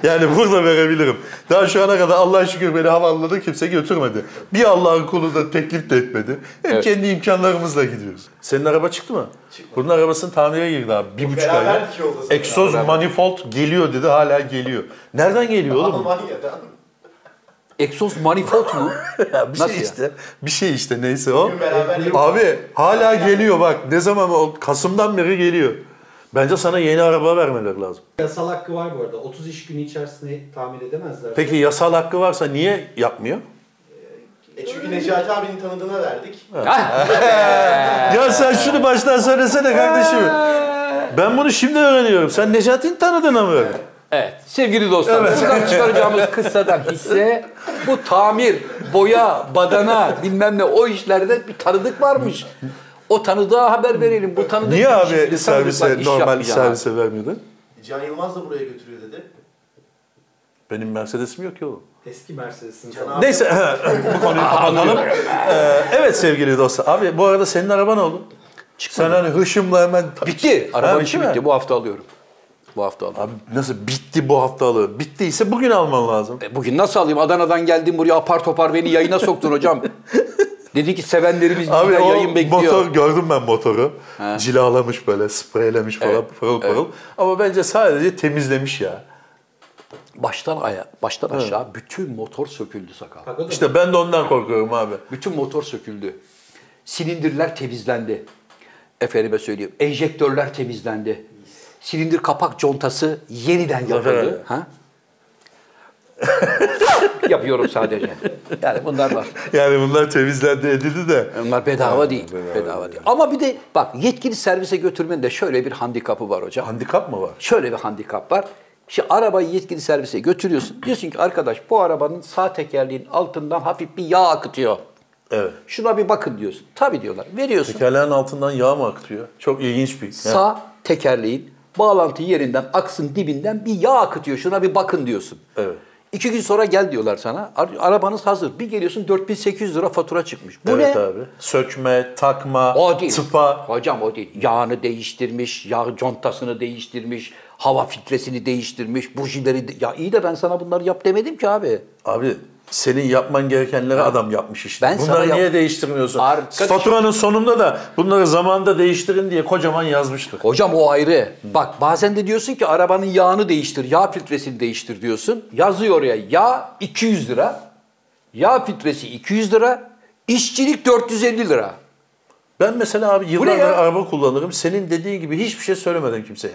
yani burada verebilirim. Daha şu ana kadar Allah'a şükür beni havaalanına kimse götürmedi. Bir Allah'ın kulu da teklif de etmedi. Hep
Evet.
kendi imkanlarımızla gidiyoruz. Senin araba çıktı mı? Çıktı. Bunun arabasını tamire girdi abi. Bir buçuk
Beraber
ayda.
iki yolda zaten.
Egzoz manifold geliyor dedi hala geliyor. Nereden geliyor oğlum?
Almanya'dan.
Egzoz manifold mu?
Ya bir
Nasıl
şey
ya?
işte. Bir şey işte neyse o.
Bugün beraber yapalım.
Abi hala geliyor bak. Ne zaman o Kasım'dan beri geliyor. Bence sana yeni araba vermeleri lazım.
Yasal hakkı var bu arada. 30 iş günü içerisinde tamir edemezler.
Peki yasal hakkı varsa niye yapmıyor?
E çünkü Necati abinin tanıdığına verdik.
Ya sen şunu baştan söylesene kardeşim. Ben bunu şimdi öğreniyorum. Sen Necati'nin tanıdığına mı öğrendin?
Evet. Sevgili dostlar, buradan çıkaracağımız kıssadan hisse bu tamir, boya, badana bilmem ne o işlerde bir tanıdık varmış. O tanıdığa haber verelim. Bu tanıdık
Niye
bir
abi
şekilde tanıdıklar
servise,
iş
normal
yapmayacağım abi.
servise vermiyordun?
Can Yılmaz da buraya götürüyor dedi.
Benim Mercedes'im yok ki oğlum.
Eski Mercedes'in
Can
sana.
abi
Neyse bu konuyu kapatalım. Ee, evet sevgili dostlar. Abi bu arada senin araban oldu. Sen hani hışımla hemen...
Bitti. Araba
Ha,
işi
bitti mi?
bitti. Bu hafta alıyorum. Bu hafta alıyorum.
Abi nasıl bitti bu haftalığı? Bittiyse bugün alman lazım.
E, Bugün nasıl alayım? Adana'dan geldim buraya apar topar beni yayına soktun hocam. Dedi ki sevenlerimiz
Abi
bizden
o
yayın bekliyor.
motor gördüm ben motoru. Cilalamış böyle, spreylemiş falan
Evet,
pırıl pırıl. Ama bence sadece temizlemiş ya.
Baştan aya, baştan aşağı bütün motor söküldü sakal.
Pagoda
İşte ben de ondan korkuyorum abi.
Bütün motor söküldü. Silindirler temizlendi. Efendime söyleyeyim. Enjektörler temizlendi. Silindir kapak contası yeniden
Zafer
yapıldı.
abi.
Ha? Yapıyorum sadece. Yani bunlar var.
Yani bunlar temizlendi edildi de.
Bunlar bedava değil. Bedava, değil. Ama bir de bak yetkili servise götürmenin de şöyle bir handikapı var hocam.
Handikap mı var?
Şöyle bir handikap var. Şimdi arabayı yetkili servise götürüyorsun. Diyorsun ki arkadaş bu arabanın sağ tekerleğin altından hafif bir yağ akıtıyor.
Evet.
Şuna bir bakın diyorsun. Tabii diyorlar. Veriyorsun.
Tekerleğin altından yağ mı akıtıyor? Çok ilginç bir. Yani
Sağ tekerleğin bağlantı yerinden aksın dibinden bir yağ akıtıyor. Şuna bir bakın diyorsun.
Evet.
İki gün sonra gel diyorlar sana. Ar- Arabanız hazır. Bir geliyorsun 4800 lira fatura çıkmış. Bu
evet
ne?
abi. Sökme, takma,
O değil.
tıpa.
Hocam o değil. Yağını değiştirmiş, yağ contasını değiştirmiş, hava filtresini değiştirmiş, bujileri... de- Ya iyi de ben sana bunları yap demedim ki abi.
Abi senin yapman gerekenleri adam yapmış işte.
Ben sana
Bunları
yap-
niye değiştirmiyorsun?
Arkadaş-
Faturanın sonunda da bunları zamanında değiştirin diye kocaman yazmıştır.
Hocam o ayrı. Bak bazen de diyorsun ki arabanın yağını değiştir, yağ filtresini değiştir diyorsun. Yazıyor oraya yağ 200 lira, yağ filtresi 200 lira, işçilik 450 lira.
Ben mesela abi yıllardır
ya?
araba kullanırım. Senin dediğin gibi hiçbir şey söylemedim kimseye.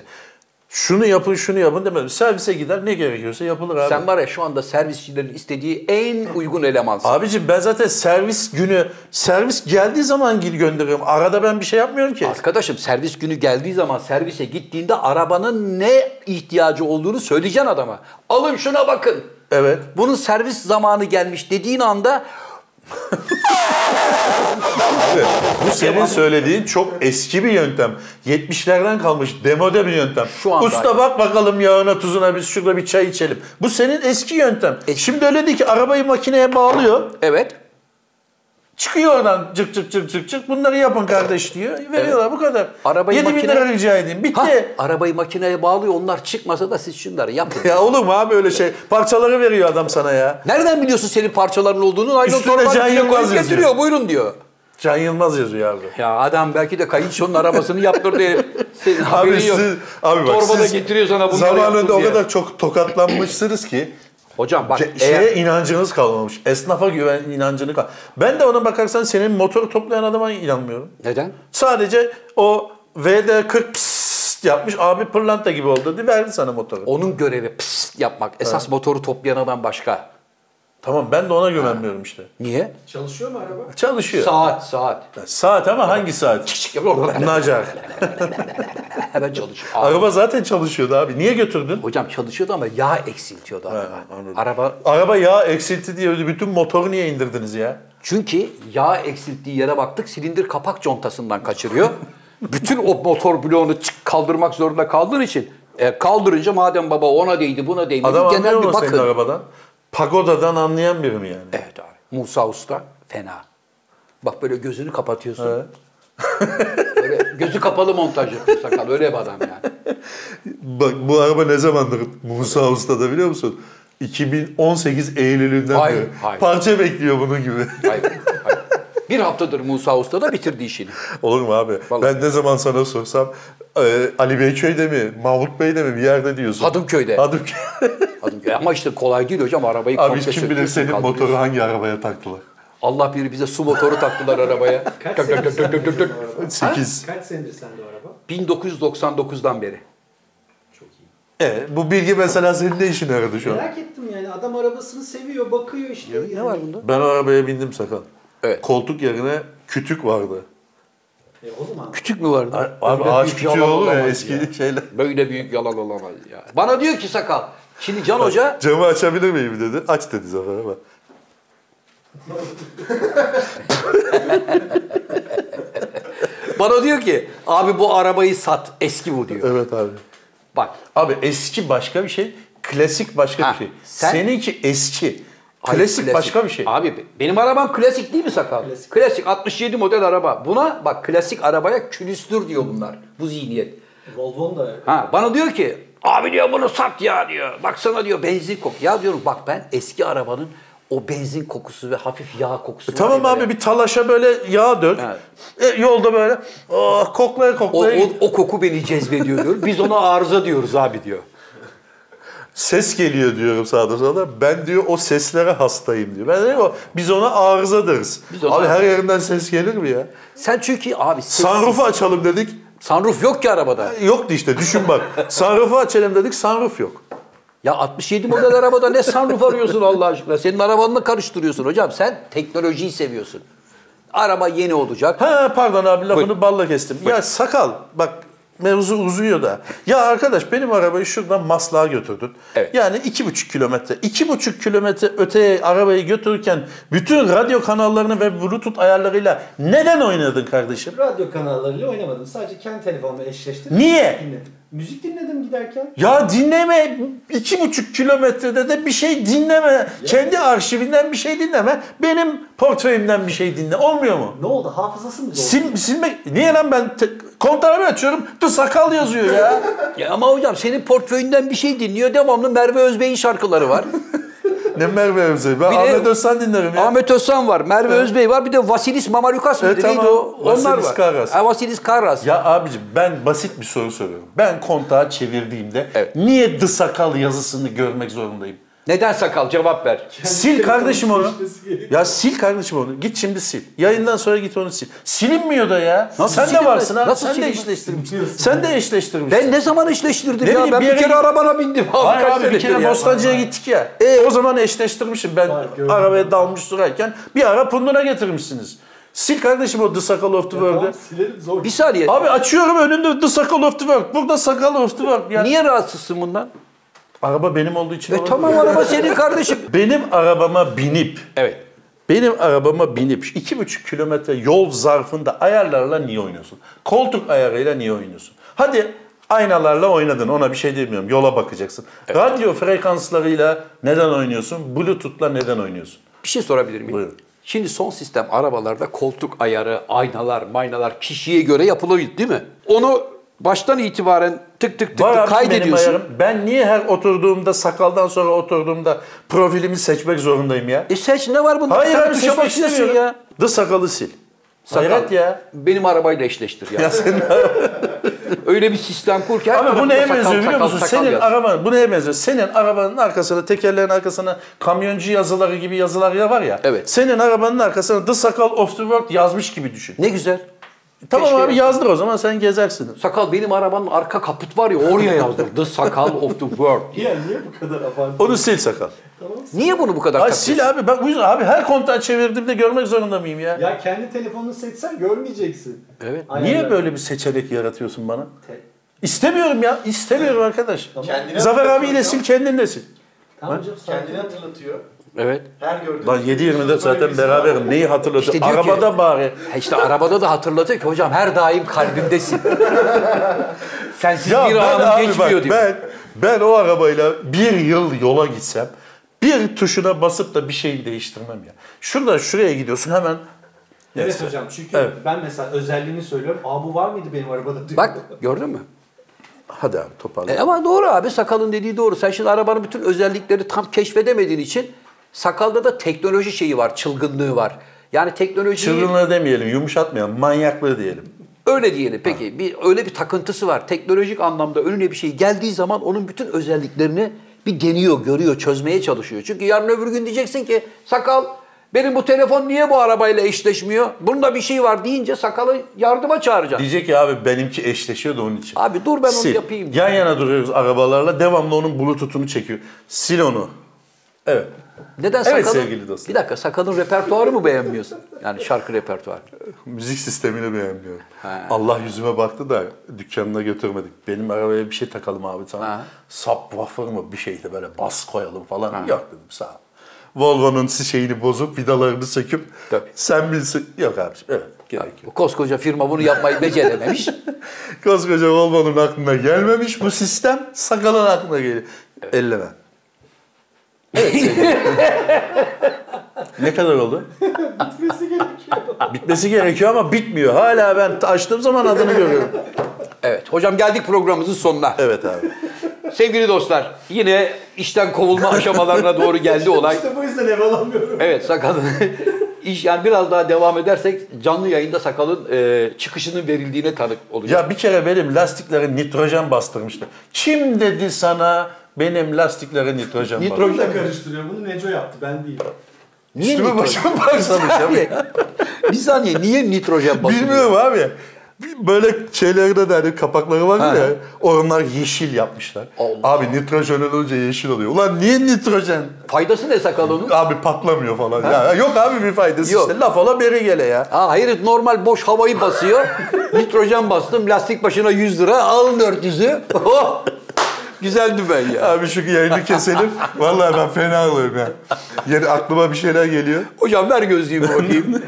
Şunu yapın, şunu yapın demedim. Servise gider ne gerekiyorsa yapılır abi.
Sen var ya şu anda servisçilerin istediği en uygun elemansın.
Abicim ben zaten servis günü, servis geldiği zaman geri gönderiyorum. Arada ben bir şey yapmıyorum ki.
Arkadaşım servis günü geldiği zaman servise gittiğinde arabanın ne ihtiyacı olduğunu söyleyeceksin adama. Alın şuna bakın.
Evet.
Bunun servis zamanı gelmiş dediğin anda
Bu senin söylediğin çok eski bir yöntem. 70'lerden kalmış demode bir yöntem.
Şu anda-
Usta bak bakalım yağına tuzuna biz şurada bir çay içelim. Bu senin eski yöntem.
Eski.
Şimdi öyle değil ki arabayı makineye bağlıyor.
evet
Çıkıyor oradan cık cık cık cık cık. Bunları yapın kardeş diyor. Veriyorlar bu kadar.
Arabayı
7 bin
makine-
lira rica edeyim. Bitti.
Ha, arabayı makineye bağlıyor. Onlar çıkmasa da siz şunları yapın.
Ya olur mu abi öyle şey? Parçaları veriyor adam sana ya.
Nereden biliyorsun senin parçaların olduğunu? Aydın
Üstüne
Torban
Can
bize koyup
Yılmaz yazıyor.
getiriyor. Buyurun diyor.
Can Yılmaz yazıyor abi.
Ya adam belki de kayınçonun arabasını yaptırdı herif. Senin
Abi
haberin yok.
siz, abi bak
Torbada
siz
getiriyor sana bunları yaptın
zamanında o
diye.
kadar çok tokatlanmışsınız ki
Hocam bak
Ce- şey-
eğer-
şeye inancınız kalmamış. Esnafa güven inancını kal. Ben de ona bakarsan senin motor toplayan adama inanmıyorum.
Neden?
Sadece o VD40 psst yapmış abi pırlanta gibi oldu dedi verdi sana motoru.
Onun görevi pist yapmak. Esas motoru toplayan adam başka.
Tamam ben de ona güvenmiyorum işte.
Niye?
Çalışıyor mu araba?
Çalışıyor.
Saat, saat.
saat ama hangi saat?
Çık yapıyor.
Nacar.
Hemen çalışıyor. Aa,
Araba zaten çalışıyordu abi. Niye götürdün?
Hocam çalışıyordu ama yağ eksiltiyordu araba.
anladım.
Araba
Araba yağ eksilti diye öyle bütün motoru niye indirdiniz ya?
Çünkü yağ eksilttiği yere baktık silindir kapak contasından kaçırıyor. Bütün o motor bloğunu çık- kaldırmak zorunda kaldığın için e, kaldırınca madem baba ona değdi buna değmedi
Adam
genel
anlıyor
bir
mu senin
bakın.
arabadan? Pagodadan anlayan biri mi yani?
Evet abi. Musa Usta fena. Bak böyle gözünü kapatıyorsun. böyle gözü kapalı montaj yapıyor sakal. Öyle bir adam yani.
Bak bu araba ne zamandır Musa Usta'da biliyor musun? 2018 Eylül'ünden
Hayır,
beri.
hayır.
Parça bekliyor bunun gibi.
Hayır, hayır. Bir haftadır Musa Usta da bitirdi işini.
Olur mu abi?
Vallahi.
Ben ne zaman sana sorsam e, Ali Beyköy'de mi, Mahmut Bey'de mi bir yerde diyorsun.
Hadımköy'de.
Hadımköy.
Adam, ama işte kolay değil hocam arabayı
abi
komple
kim bilir
söküyorsun,
senin
kaldırıyorsun.
motoru hangi arabaya taktılar?
Allah bilir bize su motoru taktılar arabaya.
Kaç
Dök, dök,
senedir
dök, dök, dök, dök,
sende
dök.
o araba?
8.
Kaç senedir sende o araba?
1999'dan beri.
Çok iyi.
E, bu bilgi mesela senin ne işine yaradı şu an?
Merak ettim yani adam arabasını seviyor, bakıyor işte. Yani
bunda?
Ben o arabaya bindim sakal.
Evet.
Koltuk yerine kütük vardı.
E, o zaman
Küçük mü vardı?
Abi
Böyle
ağaç
büyük
kütüğü
yalan
olur ya
olamaz
eski
ya.
şeyler.
Böyle büyük yalan olamaz ya. Bana diyor ki sakal. Şimdi Can Hoca
Camı açabilir miyim dedi. Aç dedi Zafer ama.
bana diyor ki abi bu arabayı sat eski bu diyor.
Evet abi.
Bak
Abi eski başka bir şey, klasik başka
Ha,
bir şey.
sen-
Seninki eski,
hayır,
klasik, başka bir şey.
Abi be- benim arabam klasik değil mi sakal?
Klasik.
Klasik. 67 model araba. Buna bak klasik arabaya külüstür diyor bunlar. Bu zihniyet.
Volvo'nun da
Ha bana diyor ki abi diyor bunu sat ya diyor. Baksana diyor benzin kok. Ya diyorum bak ben eski arabanın o benzin kokusu ve hafif yağ kokusu. var
E Tamam
ya
abi
böyle.
bir talaşa böyle yağ dök.
Evet.
E, yolda böyle ah, koklaya
O,
koklaya.
o, o koku beni cezbediyor diyor. Biz ona arıza diyoruz abi diyor.
Ses geliyor diyorum sağda solda. Ben diyor o seslere hastayım diyor. Ben diyorum o, biz ona arıza deriz.
Biz ona
abi her
arıza.
yerinden ses gelir mi ya?
Sen çünkü abi sessiz-
Sunroof'u açalım dedik.
Sunroof yok ki arabada.
Yoktu işte düşün bak. sunroof'u açalım dedik sunroof yok.
Ya 67 model arabada ne sunroof arıyorsun Allah aşkına? Senin arabanla karıştırıyorsun hocam. Sen teknolojiyi seviyorsun. Araba yeni olacak.
Ha pardon abi lafını balla kestim. Ya sakal bak mevzu uzuyor da. Ya arkadaş benim arabayı şuradan Maslak'a götürdün.
Evet.
Yani iki buçuk kilometre. iki buçuk kilometre öteye arabayı götürürken bütün radyo kanallarını ve bluetooth ayarlarıyla neden oynadın kardeşim?
şey, radyo kanallarıyla oynamadım. Sadece kendi telefonla eşleştirdim.
Niye?
Müzik dinledim. Müzik dinledim giderken.
Ya dinleme iki buçuk kilometrede de bir şey dinleme. Kendi arşivinden bir şey dinleme. Benim portföyümden bir şey dinle. Olmuyor mu?
Ne oldu? Hafızası mı doldu?
Sil, silmek. Niye lan ben te- kontrabı açıyorum. Dur sakal yazıyor ya.
Ya ama hocam senin portföyünden bir şey dinliyor. Devamlı Merve Özbey'in şarkıları var.
Ne Merve Özbey? Ben
Bir de-
Ahmet Özsen dinlerim ya.
Ahmet Özsan var, Merve Özbey var. Bir de Vasilis Mamalukas mıydı?
Evet,
Neydi
E, tamam.
o? Onlar
Vasilis
var.
Karras.
Ha, Vasilis Karras.
Ya abicim ben basit bir soru soruyorum. Ben kontağı çevirdiğimde
Evet.
niye The Sakal yazısını görmek zorundayım?
Neden sakal? Cevap ver.
sil kardeşim onu.
değişmesi gerekiyor.
Ya sil kardeşim onu. Git şimdi sil. Yayından sonra git onu sil. Silinmiyor da ya. Sen de
silinmez?
varsın abi.
Nasıl
Sen de
silinmez?
eşleştirmişsin. Sen de eşleştirmişsin.
Ben ne zaman eşleştirdim
Ne
ya?
bileyim,
ben
bir
bir,
yere
kere
git-
arabana bindim. abi,
Hayır
kaç
abi bir
senedir
kere
ya?
Bostancı'ya gittik ya. E, o zaman eşleştirmişim ben
Var, gördüm.
arabaya dalmış durarken. Bir ara punduna getirmişsiniz. Sil kardeşim o The Sakal of the World'ı.
Tamam, silerim zor.
Bir saniye.
Abi açıyorum önümde The Sakal of the World. Burada Sakal of the World. Ya.
Niye rahatsızsın bundan?
Araba benim olduğu için
E
olabilir.
tamam araba senin kardeşim.
Benim arabama binip,
Evet.
benim arabama binip iki buçuk kilometre yol zarfında ayarlarla niye oynuyorsun? Koltuk ayarıyla niye oynuyorsun? Hadi aynalarla oynadın ona bir şey demiyorum. Yola bakacaksın. Radyo frekanslarıyla neden oynuyorsun? Bluetooth'la neden oynuyorsun?
Bir şey sorabilir miyim?
Buyurun.
Şimdi son sistem arabalarda koltuk ayarı, aynalar, maynalar kişiye göre yapılıyor değil mi? Onu baştan itibaren tık tık tık,
Var
tık
abi benim
kaydediyorsun.
ayarım. Ben niye her oturduğumda sakaldan sonra oturduğumda profilimi seçmek zorundayım ya?
E seç ne var bunda?
Hayır
Sen
abi
tuşa
seçmek
basıyorsun
istemiyorum.
ya.
The sakalı sil.
Sakal.
Hayret ya.
Benim arabayla eşleştir ya.
Ya sen
Öyle bir sistem kur ki. her
Abi bu
tarafında
neye
sakal,
benziyor biliyor
sakal,
musun?
sakal
Senin
yaz.
araban, bu neye benziyor? Senin arabanın arkasına, tekerleğin arkasına kamyoncu yazıları gibi yazılar ya var ya.
Evet.
Senin arabanın arkasına The Sakal of the World yazmış gibi düşün.
Ne güzel.
Tamam
Keşke
abi
yapsam.
yazdır o zaman sen gezersin.
Sakal benim arabanın arka kaput var ya oraya yazdırdı. Sakal of the world.
Ya niye bu kadar abartı?
Onu sil sakal.
Niye bunu bu kadar
Ay
katıyorsun?
sil abi. Ben bu yüzden abi her kontağı çevirdiğimde görmek zorunda mıyım ya?
Ya kendi telefonunu seçsen görmeyeceksin.
Evet.
Niye
Ayarlar.
böyle bir seçenek yaratıyorsun bana?
Te-
İstemiyorum ya. İstemiyorum arkadaş.
Kendine
Zafer
hatırlatıyor
abiyle
ya.
sil kendin de sil.
Tamam canım sakin.
Kendini hatırlatıyor.
Evet.
Her gördüğünüz.
Lan 7-24 zaten beraberim. Neyi hatırlatıyor?
İşte diyor ki-
Arabada bari.
Ha İşte arabada da hatırlatıyor ki hocam her daim kalbimdesin. Sensiz
Ya
bir
ben
anım
abi
geçmiyor
bak,
diyor.
ben, ben o arabayla bir yıl yola gitsem bir tuşuna basıp da bir şeyi değiştirmem ya. Şuradan şuraya gidiyorsun hemen.
Evet
Neyse.
hocam çünkü
Evet.
ben mesela özelliğini söylüyorum. Aa bu var mıydı benim arabada diyor.
Bak gördün mü?
Hadi abi toparla.
E ama doğru abi sakalın dediği doğru. Sen şimdi arabanın bütün özellikleri tam keşfedemediğin için sakalda da teknoloji şeyi var, çılgınlığı var. Yani teknoloji
Çılgınlığı demeyelim, yumuşatmayalım, manyaklığı diyelim.
öyle diyelim. Peki bir öyle bir takıntısı var. Teknolojik anlamda önüne bir şey geldiği zaman onun bütün özelliklerini bir deniyor, görüyor, çözmeye çalışıyor. Çünkü yarın öbür gün diyeceksin ki sakal benim bu telefon niye bu arabayla eşleşmiyor? Bunda bir şey var deyince sakalı yardıma çağıracaksın.
Diyecek ya abi benimki eşleşiyor da onun için.
Abi dur ben onu
Sil.
yapayım.
Yan yana duruyoruz arabalarla devamlı onun bluetooth'unu çekiyor. Sil onu. Evet.
Neden
Evet
sakalın?
sevgili dostlar.
Bir dakika sakalın repertuarı mı beğenmiyorsun? Yani şarkı repertuarı.
Müzik sistemini beğenmiyorum. Allah yüzüme baktı da dükkanına götürmedik. Benim arabaya bir şey takalım abi sana.
Ha.
Subwoofer mı bir şeydi böyle bas koyalım falan. Yok dedim sağ ol. Volvo'nun şeyini bozup vidalarını söküp
Tabii.
sen bilsin. Yok abi evet gerek yok.
Koskoca firma bunu yapmayı becerememiş.
Koskoca Volvo'nun aklına gelmemiş bu sistem sakalın aklına geliyor. Elleme. Evet sevgili. ne kadar oldu?
Bitmesi gerekiyor.
Bitmesi gerekiyor ama bitmiyor. Hala ben açtığım zaman adını görüyorum.
Evet hocam geldik programımızın sonuna.
Evet abi.
Sevgili dostlar yine işten kovulma aşamalarına doğru geldi olay.
işte bu yüzden ev alamıyorum.
Evet sakalın iş yani biraz daha devam edersek canlı yayında sakalın e, çıkışının verildiğine tanık olacağız.
Ya bir kere benim lastiklere nitrojen bastırmıştı. Kim dedi sana benim lastiklere nitrojen bastırmıştı?
Bunu da karıştırıyor. Bunu Neco yaptı ben değil.
niye
Üstüme
nitrojen?
başıma başlamış ya.
bir saniye niye nitrojen basılıyor?
Bilmiyorum abi. Böyle şeylerde de hani kapakları var
Ha.
ya. Onlar yeşil yapmışlar.
Allah.
Abi nitrojen olunca yeşil oluyor. Ulan niye nitrojen?
Faydası ne sakalının?
Abi patlamıyor falan. Ya, yok abi bir faydası
Yok.
işte. Laf ola beri gele ya.
Ha, hayır normal boş havayı basıyor. nitrojen bastım lastik başına 100 lira al 400'ü. Oh! Güzeldi ben ya.
Abi şu yayını keselim. Vallahi ben fena oluyorum ya. Yani aklıma bir şeyler geliyor.
Hocam ver gözlüğümü bakayım.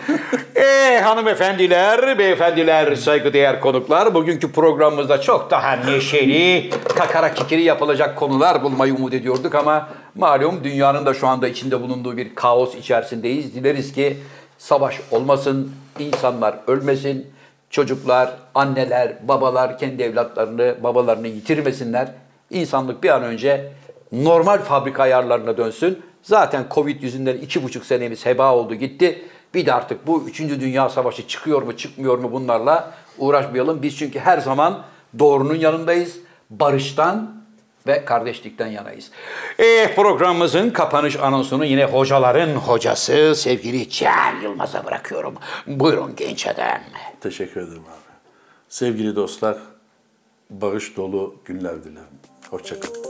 Eee hanımefendiler, beyefendiler, saygıdeğer konuklar. Bugünkü programımızda çok daha neşeli, kakara kikiri yapılacak konular bulmayı umut ediyorduk ama malum dünyanın da şu anda içinde bulunduğu bir kaos içerisindeyiz. Dileriz ki savaş olmasın, insanlar ölmesin, çocuklar, anneler, babalar kendi evlatlarını, babalarını yitirmesinler. İnsanlık bir an önce normal fabrika ayarlarına dönsün. Zaten Covid yüzünden iki buçuk senemiz heba oldu gitti. Bir de artık bu 3. Dünya Savaşı çıkıyor mu çıkmıyor mu bunlarla uğraşmayalım. Biz çünkü her zaman doğrunun yanındayız. Barıştan ve kardeşlikten yanayız. Eh programımızın kapanış anonsunu yine hocaların hocası sevgili Cihan Yılmaz'a bırakıyorum. Buyurun genç adam.
Teşekkür ederim abi. Sevgili dostlar, barış dolu günler dilerim. Hoşçakalın.